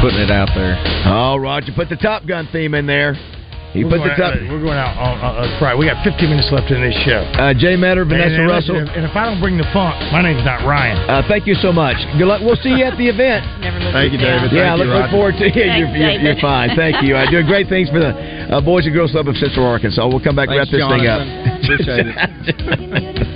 F: putting it out there.
D: Oh, Roger, put the Top Gun theme in there. He
G: we're
D: put
G: going
D: the Top.
G: out- we're going out on uh, uh, Friday. We got 15 minutes left in this show.
D: Uh, Jay Matter, Vanessa
G: and, and
D: Russell.
G: listen, and if I don't bring the funk, my name's not Ryan.
D: Uh, thank you so much. Good luck. We'll see you at the event.
G: Thank you, down. David.
D: Yeah,
G: Thank you,
D: look, look
G: Roger.
D: forward to it.
G: Thanks,
D: You're, you're,
G: David.
D: you're fine. Thank you. I do great things for the uh, Boys and Girls Club of Central Arkansas. We'll come back and wrap
F: Thanks,
D: this
F: Jonathan.
D: thing up.
F: Appreciate it.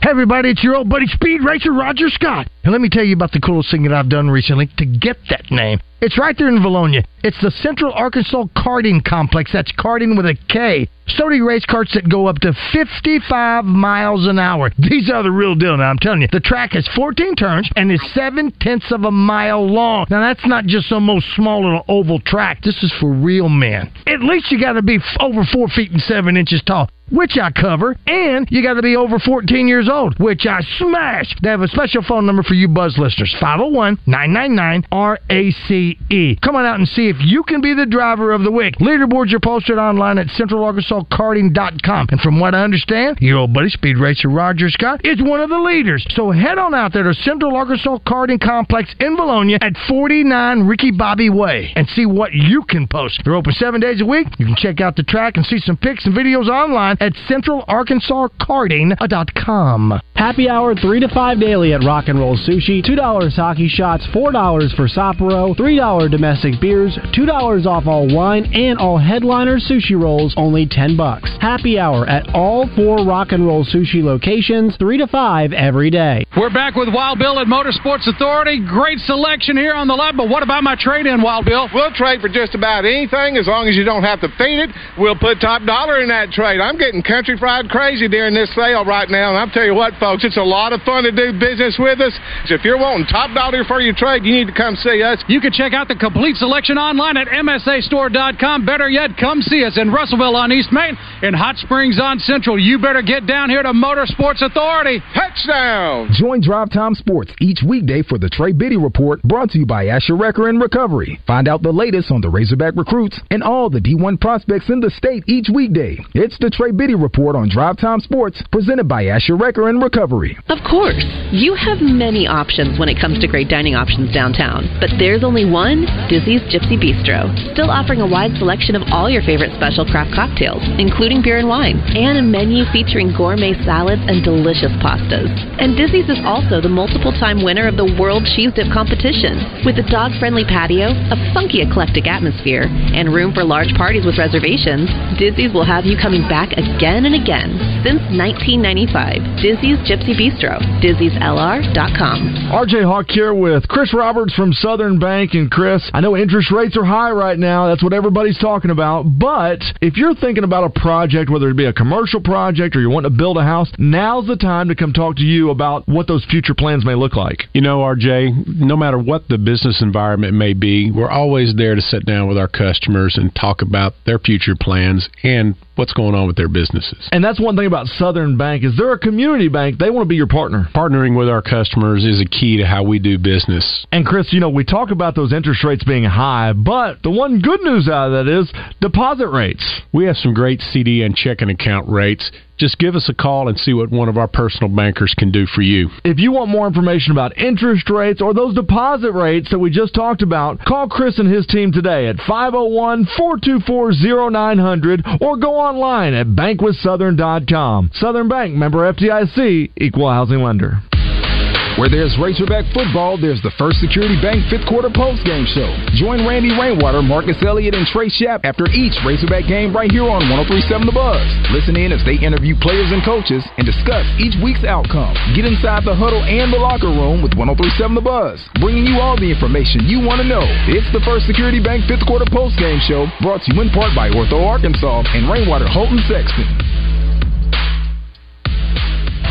G: Hey, everybody, it's your old buddy Speed Racer Roger Scott. And let me tell you about the coolest thing that I've done recently to get that name. It's right there in Valonia. It's the Central Arkansas Karting Complex. That's karting with a K. So do race carts that go up to 55 miles an hour. These are the real deal now, I'm telling you. The track has 14 turns and is 7 tenths of a mile long. Now, that's not just some old small little oval track. This is for real men. At least you got to be f- over 4 feet and 7 inches tall which I cover, and you got to be over 14 years old, which I oh smash. They have a special phone number for you buzz listeners, 501-999-RACE. CE. Come on out and see if you can be the driver of the week. Leaderboards are posted online at centralarkansaskarting.com. And from what I understand, your old buddy speed racer Roger Scott is one of the leaders. So head on out there to Central Arkansas Karting Complex in Bologna at 49 Ricky Bobby Way and see what you can post. They're open seven days a week. You can check out the track and see some pics and videos online at centralarkansaskarting.com.
C: Happy hour 3 to 5 daily at Rock and Roll Sushi. $2 hockey shots, $4 for Sapporo, $3 domestic beers, $2 off all wine, and all headliner sushi rolls, only 10 bucks. Happy hour at all four Rock and Roll Sushi locations, 3 to 5 every day.
T: We're back with Wild Bill at Motorsports Authority. Great selection here on the lot, but what about my trade in, Wild Bill?
U: We'll trade for just about anything as long as you don't have to feed it. We'll put top dollar in that trade. I'm getting country fried crazy during this sale right now, and I'll tell you what, folks, it's a lot of fun to do business with us. So if you're wanting top dollar for your trade, you need to come see us.
T: You can check out the complete selection online at MSAstore.com. Better yet, come see us in Russellville on East Main and Hot Springs on Central. You better get down here to Motorsports Authority.
U: Touchdown!
K: Join Drive Time Sports each weekday for the Trey Biddy Report brought to you by Asher Recker and Recovery. Find out the latest on the Razorback recruits and all the D1 prospects in the state each weekday. It's the Trey Biddy Report on Drive Time Sports presented by Asher Recker and Recovery.
V: Of course, you have many options when it comes to great dining options downtown, but there's only one Dizzy's Gypsy Bistro. Still offering a wide selection of all your favorite special craft cocktails, including beer and wine, and a menu featuring gourmet salads and delicious pastas. And Dizzy's is also the multiple time winner of the World Cheese Dip Competition, with a dog friendly patio, a funky eclectic atmosphere, and room for large parties with reservations. Dizzy's will have you coming back again and again since 1995. Dizzy's Gypsy Bistro, dizzyslr.com.
W: RJ Hawk here with Chris Roberts from Southern Bank. And Chris, I know interest rates are high right now. That's what everybody's talking about. But if you're thinking about a project, whether it be a commercial project or you want to build a house, now's the time to come talk to you about what those future plans may look like.
X: You know, RJ, no matter what the business environment may be, we're always there to sit down with our customers and talk about their future plans and what's going on with their businesses.
W: And that's one thing about Southern Bank is they're a community bank. They want to be your partner.
X: Partnering with our customers is a key to how we do business.
W: And Chris, you know, we talk about those interest rates being high, but the one good news out of that is deposit rates.
X: We have some great CD and checking account rates. Just give us a call and see what one of our personal bankers can do for you.
W: If you want more information about interest rates or those deposit rates that we just talked about, call Chris and his team today at 501-424-0900 or go online at bankwithsouthern.com. Southern Bank, member FDIC, equal housing lender.
K: Where there's Razorback football, there's the First Security Bank fifth quarter postgame show. Join Randy Rainwater, Marcus Elliott, and Trey Shapp after each Razorback game right here on 1037 The Buzz. Listen in as they interview players and coaches and discuss each week's outcome. Get inside the huddle and the locker room with 1037 The Buzz, bringing you all the information you want to know. It's the First Security Bank fifth quarter postgame show brought to you in part by Ortho Arkansas and Rainwater Holton Sexton.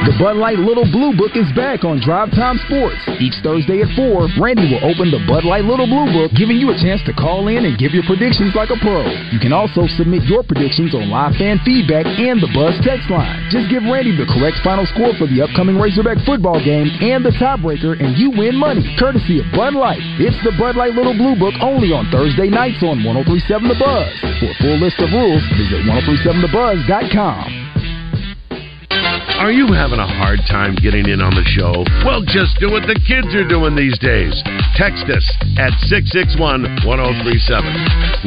K: The Bud Light Little Blue Book is back on Drive Time Sports. Each Thursday at 4, Randy will open the Bud Light Little Blue Book, giving you a chance to call in and give your predictions like a pro. You can also submit your predictions on live fan feedback and the Buzz text line. Just give Randy the correct final score for the upcoming Razorback football game and the tiebreaker, and you win money, courtesy of Bud Light. It's the Bud Light Little Blue Book only on Thursday nights on 1037 The Buzz. For a full list of rules, visit 1037thebuzz.com.
A: Are you having a hard time getting in on the show? Well, just do what the kids are doing these days. Text us at 661 1037.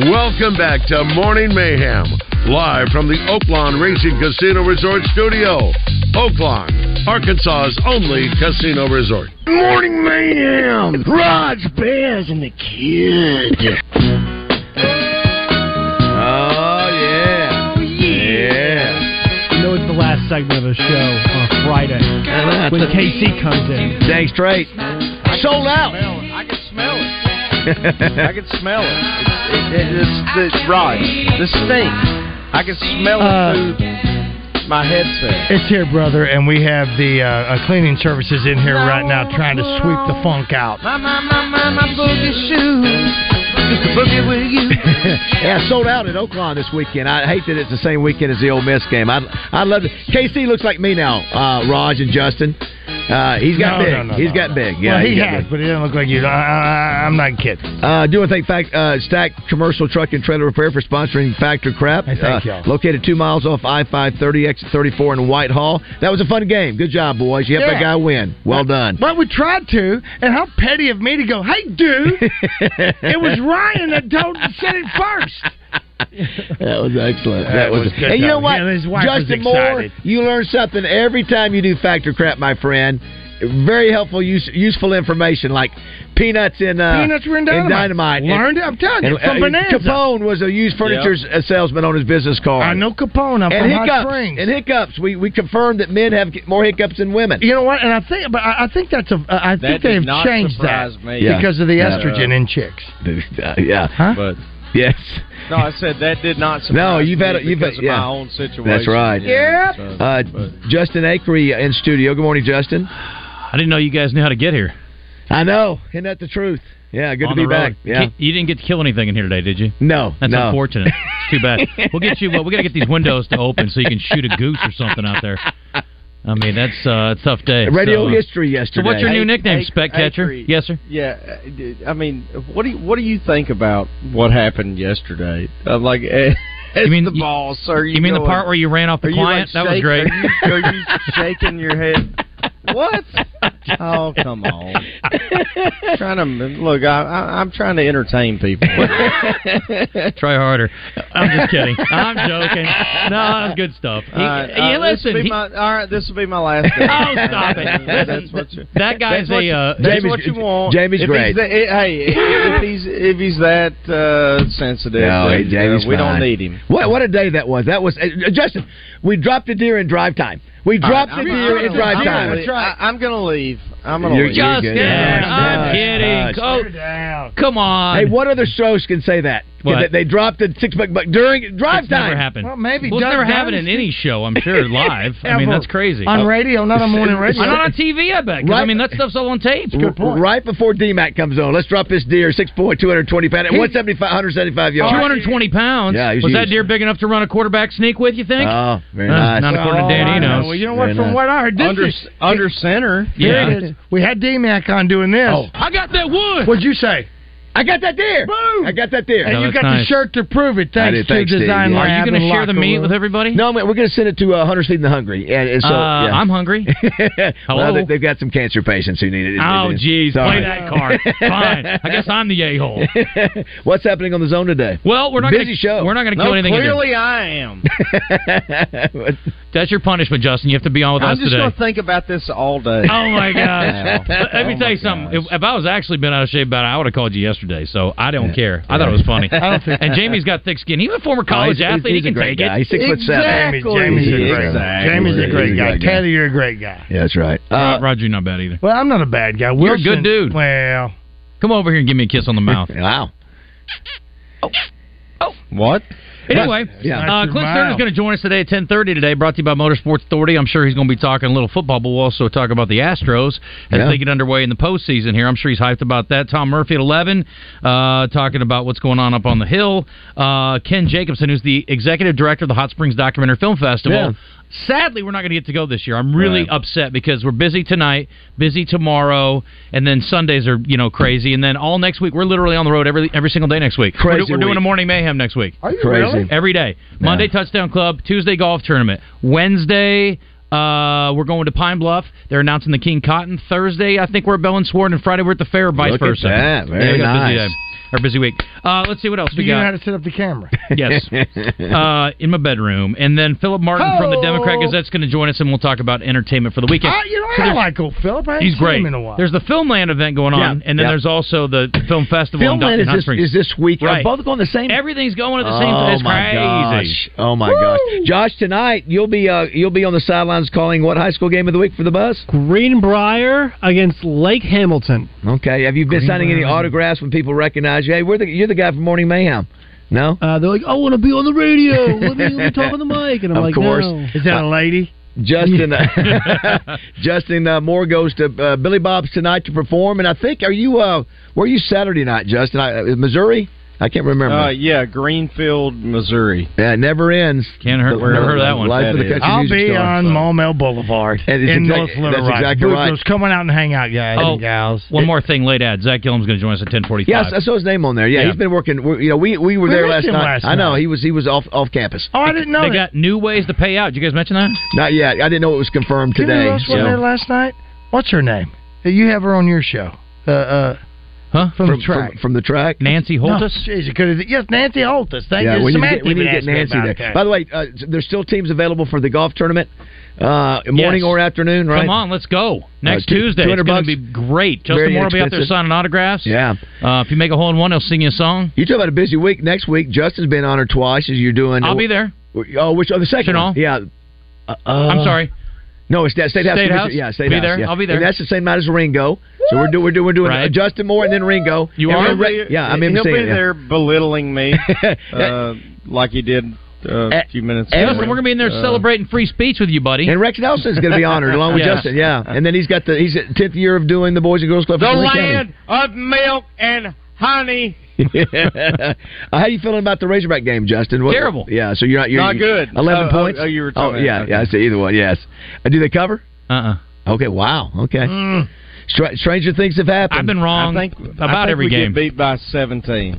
A: Welcome back to Morning Mayhem, live from the Oaklawn Racing Casino Resort Studio. Oaklawn, Arkansas's only casino resort.
E: Morning mayhem. Rod's Bears and the kid.
D: Oh, yeah. Yeah.
L: You know it's the last segment of the show on a Friday
D: that's
L: when
D: a-
L: KC comes in.
D: Dang straight. Sold out.
L: I can smell it.
F: I can smell it. It, it, it's the rod, the stink. I can smell it
G: Uh,
F: through my headset.
G: It's here, brother, and we have the uh, uh, cleaning services in here right now trying to sweep the funk out.
E: My, my, my, my, my boogie shoes. Just to boogie with you.
D: yeah, sold out at Oakland this weekend. I hate that it's the same weekend as the Ole Miss game. I'd, I'd love to. KC looks like me now, uh, Raj and Justin. Uh, he's got
G: No,
D: big.
G: no, no,
D: he's
G: no,
D: got
G: no.
D: big. Yeah,
G: well,
D: he's
G: he
D: got
G: has,
D: big.
G: but he doesn't look like you. I, I, I'm not kidding.
D: Uh, do want to thank Fact, uh, Stack Commercial Truck and Trailer Repair for sponsoring Factor Crap.
G: thank
D: Uh,
G: y'all.
D: Located two miles off I five thirty exit thirty four in Whitehall. That was a fun game. Good job, boys. You helped
G: Yeah.
D: that guy win. Well done.
G: But we tried to, and how petty of me to go, hey, dude, it was Ryan that told said it first.
D: That was excellent.
G: That
D: That was,
G: was good
D: and you know
G: times.
D: what,
G: Yeah, his wife was
D: Justin Moore,
G: excited.
D: you learn something every time you do factor crap, my friend. Very helpful, use, useful information like peanuts in uh,
G: Peanuts were in dynamite. Learned it, I'm telling you,
D: and,
G: from
D: uh,
G: Bonanza.
D: Capone was a used furniture
G: Yep.
D: s- uh, salesman on his business card. I
G: know Capone. I'm
D: and
G: from Hot
D: hiccups,
G: Springs.
D: And hiccups. We we confirmed that men have more hiccups than women.
G: You know what? And I think, but I I think that's a. I
D: That
G: think
D: did
G: they've
D: not
G: changed that
D: surprise me. Yeah.
G: because of the
D: Yeah.
G: estrogen in chicks.
D: yeah.
G: Huh?
F: But
D: yes.
F: No, I said that did not surprise
D: No, you've
F: me
D: had a- you've
F: because
D: had-
F: of
D: yeah.
F: my own situation.
D: That's right.
F: Yeah. so-
D: Uh, Justin Akery in studio. Good morning, Justin. I
B: didn't know you guys knew how to get here.
D: I know. Isn't that the truth? Yeah, good
B: On
D: to be
B: the road.
D: back. Yeah.
B: Ki- You didn't get to kill anything in here today, did you?
D: No,
B: That's
D: no.
B: unfortunate. It's too bad. We'll get you. Well, we got to get these windows to open so you can shoot a goose or something out there. I mean, that's uh, a tough day.
D: Radio
B: So, uh,
D: history
B: So,
D: yesterday.
B: what's your new
F: Hey,
B: nickname,
F: hey,
B: Spec Catcher?
F: Avery.
B: Yes, sir.
F: Yeah, I did- I mean, what do you, what do you think about what happened yesterday? Uh, like, eh, it's the boss. Are you,
B: You mean the
F: going-
B: part where you ran off
F: Are
B: the
F: you, like,
B: client? that was
F: shake-
B: great.
F: Are you, are you shaking your head? What? Oh, come on! trying to look, I, I, I'm trying to entertain people.
B: Try harder. I'm just kidding. I'm joking. No, that's good stuff. He-
F: All right,
B: he-
F: all right, Uh, this
B: listen,
F: will be
B: he-
F: my- all right, this will be my last. Day.
B: Oh, stop it.
F: That's what you,
B: That guy's
F: that's what
B: a,
F: you-
B: uh,
F: that's
B: Jamie's-
F: what you want.
B: Jamie's
F: if
B: great.
F: He's that, hey, if he's if he's that uh, sensitive,
D: No,
F: then,
D: hey, Jamie's
F: uh, we don't
D: fine.
F: need him.
D: What what a day that was. That was uh, Justin. We dropped a deer in drive time. We
F: All right,
D: dropped a
F: I'm- I'm
D: deer in
F: gonna-
D: drive
F: I'm
D: time.
F: gonna leave. I- I'm gonna leave. I'm gonna
D: You're-
F: leave.
D: you're good. Yeah,
B: I'm
D: gosh,
B: kidding.
D: gosh.
B: Oh, come on.
D: Hey, what other shows can say that?
B: What?
D: That They dropped a six buck buck during drive
B: It's
D: time.
B: never happened.
D: Well,
G: maybe
B: Well, it's never happened in any show, I'm sure, live. I mean,
D: Ever.
B: that's crazy. Oh.
D: On radio, not on morning radio.
B: Not on TV, I bet. 'cause, I
D: Right.
B: mean, that stuff's all on tape.
D: Right before DMAC comes on, let's drop this deer six point two hundred twenty pound at
B: He-
D: 175, 175 yards.
B: 220 pounds.
D: Yeah, he
B: was
D: was
B: that
D: huge.
B: deer big enough to run a quarterback sneak with? You think?
D: Oh, very
B: Uh,
D: nice.
B: Not according
G: Oh,
B: to Dan
G: I
B: Enos.
G: know. Well, you know what? From what I heard, this
F: Under-
G: is
F: under center.
G: Here
B: Yeah.
G: it is. We had D Mac on doing this.
B: I got that wood.
G: What'd you say?
D: I got that deer. Boom! I got that deer.
G: And
D: No,
G: you
D: that's
G: got the
D: nice.
G: shirt to prove it. Thanks to Design Lab.
D: Are you
G: going to
D: share the meat with
B: everybody?
D: No, man, we're going to send it to uh, Hunters Feeding the Hungry. And, and so,
B: Uh,
D: yeah.
B: I'm hungry.
D: Well,
B: Hello?
D: they, they've got some cancer patients who need it.
B: Oh, jeez, play that card. Fine. I guess I'm the a-hole.
D: What's happening on the zone today?
B: Well, Oh, we're not
D: busy
B: gonna,
D: show.
B: We're not going to kill anything.
F: Clearly, I am.
D: today.
B: That's your punishment, Justin. You have to be on with
F: I'm
B: us
F: just
B: today.
F: gonna think about this all day.
B: Oh my gosh!
F: Wow.
B: Let me
F: Oh,
B: tell you something. If, if I was actually been out of shape about it, I would have called you yesterday. So I don't care. I thought it was funny.
D: I don't think- Oh,
B: and Jamie's got thick skin. He's a former college
D: he's- he's-
B: athlete.
D: he's
B: he
D: a
B: can
D: great
B: take it.
D: guy. He's six foot seven.
G: Jamie's, Jamie's a great guy.
D: Exactly.
G: Jamie's a great
D: He's
G: guy. Teddy, you're a great guy.
D: Yeah, that's right.
B: Uh, Roger, you're not bad either.
G: Well, I'm not a bad guy.
B: You're a
G: Wilson,
B: good dude.
G: Well,
B: come over here and give me a kiss on the mouth.
D: wow.
F: What?
B: Anyway,
F: Yeah.
B: uh, Clint Sterner's going to join us today at 10.30 today, brought to you by Motorsports Authority. I'm sure he's going to be talking a little football, but we'll also talk about the Astros as
M: Yeah.
B: they get underway in the postseason here. I'm sure he's hyped about that. Tom Murphy at 11, uh, talking about what's going on up on the Hill. Uh, Ken Jacobson, who's the executive director of the Hot Springs Documentary Film Festival.
M: Yeah.
B: Sadly, we're not going to get to go this year. I'm really upset because we're busy tonight, busy tomorrow, and then Sundays are you know crazy, and then all next week we're literally on the road every every single day next week. We're do-
M: Crazy
B: we're doing
M: week.
B: a morning mayhem next week.
M: Are you Crazy. really?
B: Every day. Monday touchdown club. Tuesday golf tournament. Wednesday. Uh, we're going to Pine Bluff. They're announcing the King Cotton. Thursday, I think we're at Bell and Sworn, and Friday we're at the fair, vice
D: Look at
B: versa.
D: that.
B: Yeah,
D: Very
B: we got a busy
D: nice.
B: day. Our busy week. Uh, let's see what else
G: Do
B: we
G: you know
B: got.
G: how to set up the camera?
B: Yes. uh, in my bedroom. And then Philip Martin from the Democrat Gazette's going to join us, and we'll talk about entertainment for the weekend.
G: I, Uh, you know,
B: So
G: I
B: there's-
G: like old Philip. I ain't
B: He's
G: seen
B: great.
G: him in a while.
B: There's the Filmland event going on,
G: Yeah.
B: and then
G: Yeah.
B: there's also the film festival. in Dal-
D: Filmland
B: in
D: is
B: Hot
D: this,
B: Springs.
D: is this week. Are
B: Right.
D: both going the same? Oh,
B: Everything's going at the same
G: Oh
B: time. It's
D: my
B: crazy.
D: gosh! Oh my gosh! Josh, tonight you'll be uh, you'll be on the sidelines calling what high school game of the week for the bus?
L: Greenbrier against Lake Hamilton.
D: Okay. Have you been signing any
L: Greenbrier.
D: autographs when people recognize you? Hey, we're the, you're the guy from Morning Mayhem. No.
L: Uh, they're like, I want to be on the radio. Let me, let me talk on the mic. And I'm
D: Of
L: like,
D: course.
L: no.
D: Is that a
G: lady?
D: Justin Justin uh, Moore goes to uh, Billy Bob's tonight to perform, and I think are you uh, where are you Saturday night, Justin? I, uh, Missouri? I can't remember.
F: Uh, yeah, Greenfield, Missouri.
D: Yeah, it never ends.
B: Can't
F: hurt.
D: never heard of that one. Life of the country
G: I'll
D: music
G: be
D: store.
G: on Maumelle Boulevard
D: That is
G: in
D: exact-
G: North Little
D: that's
G: Rock.
D: exactly right.
G: Boothos, come on out and hang out, guys.
B: Oh,
G: and gals.
B: One more thing, late ad. Zach Gillum's going to join us at 10:45.
D: Yes, I saw his name on there. Yeah,
B: Yeah.
D: he's been working. we- You know, we we were
B: We
D: there
B: missed
D: last
B: him
D: night.
B: last
D: I know
B: night.
D: he was he was off off campus.
G: Oh, I didn't know
B: They
G: that.
B: got new ways to pay out. Did you guys mention that?
D: Not yet. I didn't know it was confirmed
G: You know
D: today.
G: who else was
D: so-
G: there last night? What's her name? You have her on your show. Uh, uh,
B: huh?
G: From, the track.
D: From, the track.
B: Nancy
G: No, geez, it could've- yes, Nancy Holtus. Thank
D: yeah,
G: you.
D: we need, to
G: Samantha
D: get, we need to
G: even
D: get
G: asked me
D: Nancy
G: about
D: there.
G: that.
D: By the way, uh, there's still teams available for the golf tournament, uh, morning
B: Yes.
D: or afternoon, right?
B: Come on, let's go. Next
D: Uh, two-
B: Tuesday. It's
D: 200
B: going
D: bucks.
B: to be great. Justin
D: Very
B: Moore will be out there
D: inexpensive.
B: signing autographs.
D: Yeah.
B: Uh, if you make a hole in one, he'll sing you a song.
D: You talk about a busy week next week. Justin's been on her twice as you're doing.
B: I'll be there.
D: Oh, which oh, the second?
B: Chennault?
D: one. Yeah. Uh,
B: I'm sorry.
D: No, it's that State House.
B: State
D: Commission-
B: House?
D: Yeah, State
B: Be
D: House.
B: there.
D: yeah.
B: I'll be there.
D: And that's the same night as Ringo. So we're doing we're doing we're doing
F: Right.
D: Justin Moore and then Ringo.
F: You
D: And
F: are?
D: we're re- yeah, I'm in
F: He'll be
D: seeing it, yeah.
F: there belittling me, uh, like he did uh, a few minutes ago.
B: Justin, eh, we're going to be in there
F: Uh,
B: celebrating free speech with you, buddy.
D: And Rex Nelson's going to be honored along with
B: Yeah.
D: Justin. Yeah, and then he's got the he's at tenth year of doing the Boys and Girls Club.
E: The
D: for Lee County.
E: land of milk and honey.
D: uh, how you feeling about the Razorback game, Justin?
E: Terrible.
D: Yeah, so you're not you're
E: Not good.
D: Eleven
E: Oh, oh,
D: points.
E: oh, you were talking
D: yeah,
E: about-
D: yeah. I see either one. Yes. Uh, do they cover?
B: Uh.
D: uh Okay. Wow. Okay. Stra- stranger things have happened.
B: I've been wrong
F: I think,
B: about
F: I think
B: every
F: we
B: game.
F: Get beat by seventeen,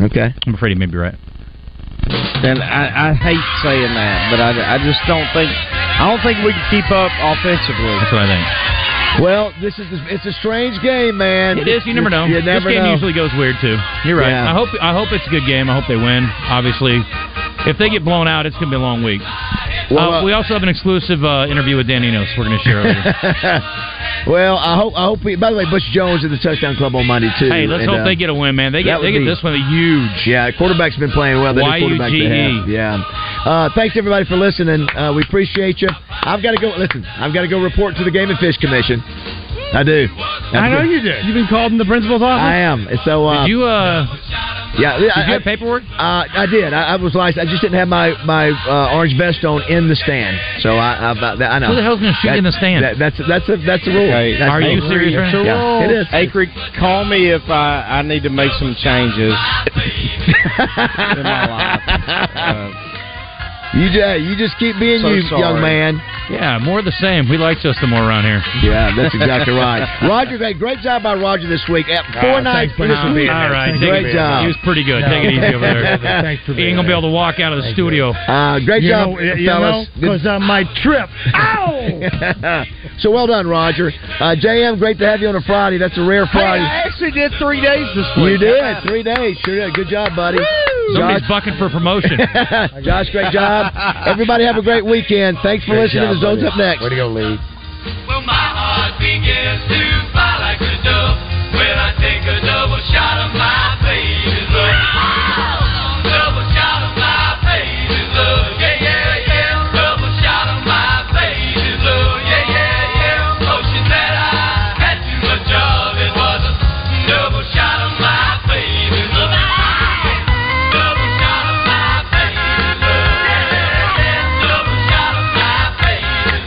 D: Okay.
B: I'm afraid he may be right.
F: and I, I hate saying that, but I, I just don't think I don't think we can keep up offensively.
B: That's what I
D: Well, this is it's a strange game, man.
B: It is. You never know.
D: You, never
B: this game
D: know.
B: usually goes weird too. You're right.
D: Yeah.
B: I hope. I hope it's a good game. I hope they win. Obviously, if they get blown out, it's going to be a long week.
D: Well,
B: Uh, we also have an exclusive uh, interview with Dan Enos. We're going to share. later.
D: well, I hope I hope. We, by the way, Bush Jones at the touchdown club on Monday too.
B: hey, let's
D: And,
B: hope
D: uh,
B: they get a win, man. They get
D: that
B: they get
D: would be-
B: this one a huge.
D: Yeah, quarterback's been playing well. The new
B: E.
D: quarterback they
B: Y-U-G-E.
D: have. Yeah. Uh, thanks everybody for listening. Uh, we appreciate you. I've got to go. Listen, I've got to go report to the Game and Fish Commission. I do.
B: I know you
D: do.
L: You've been called in the principal's office.
D: I am. So uh,
B: Did you uh,
D: yeah,
B: did you
D: I,
B: have paperwork?
D: I, I did. I, I was licensed. I just didn't have my my uh, orange vest on in the stand. So I I, I know.
B: Who the hell's going to shoot
D: That-
B: you in the stand?
D: that- that's that's a that's a rule.
F: Okay,
D: That's
F: Are
D: a
F: you
D: rule.
F: serious right now?
D: Yeah, it is.
F: Acre, call me if I, I need to make some changes in my life. Uh,
D: You just you just keep being
B: So
D: you,
B: sorry.
D: young man.
B: Yeah, more of the same. We like Justin Moore around here.
D: Yeah, that's exactly right. Roger, hey, great job by Roger this week. At
B: Oh,
D: four
B: thanks
D: nights.
B: for not being All right, take
D: great
B: it-
D: job.
B: He was pretty good.
D: No.
B: Take it easy over there.
D: Thanks for
B: He ain't gonna be able to walk out of the studio.
D: Uh, great
G: You
D: job,
G: know, you
D: fellas.
G: know, 'cause,
D: on my trip. Ow! so well done, Roger. Uh, JM, great to have you on a Friday. That's a rare
E: Hey,
D: Friday.
E: I actually did three days this
D: You
E: week.
D: did three days. Sure did. Good job, buddy.
B: Somebody's bucking for promotion.
D: Josh, great job. Everybody have a great weekend. Thanks for
B: Great
D: listening
B: job,
D: to Zones
B: buddy.
D: Up Next. Way to go, Lee.
M: Well, my heart begins to fly like a dove when I take a double shot of my baby's love. Double shot of my baby's love. Yeah, yeah, yeah. Double shot of my baby's love. Yeah, yeah, yeah. Potion that I had too much of. It was a double shot of my baby's love. Double shot of my baby's love. Yeah, yeah, yeah. Double shot of my baby's love.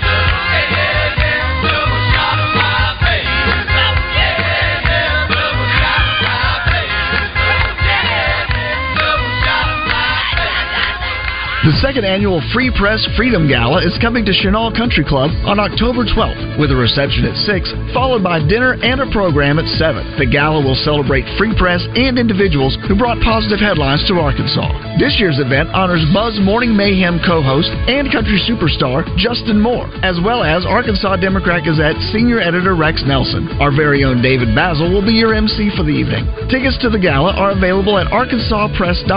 M: Yeah, yeah, yeah. Double shot of my baby's love.
Y: The second annual Free Press Freedom Gala is coming to Chenal Country Club on October 12th with a reception at 6, followed by dinner and a program at 7. The gala will celebrate free press and individuals who brought positive headlines to Arkansas. This year's event honors Buzz Morning Mayhem co host and country superstar Justin Moore, as well as Arkansas Democrat Gazette senior editor Rex Nelson. Our very own David Basil will be your MC for the evening. Tickets to the gala are available at arkansaspress.org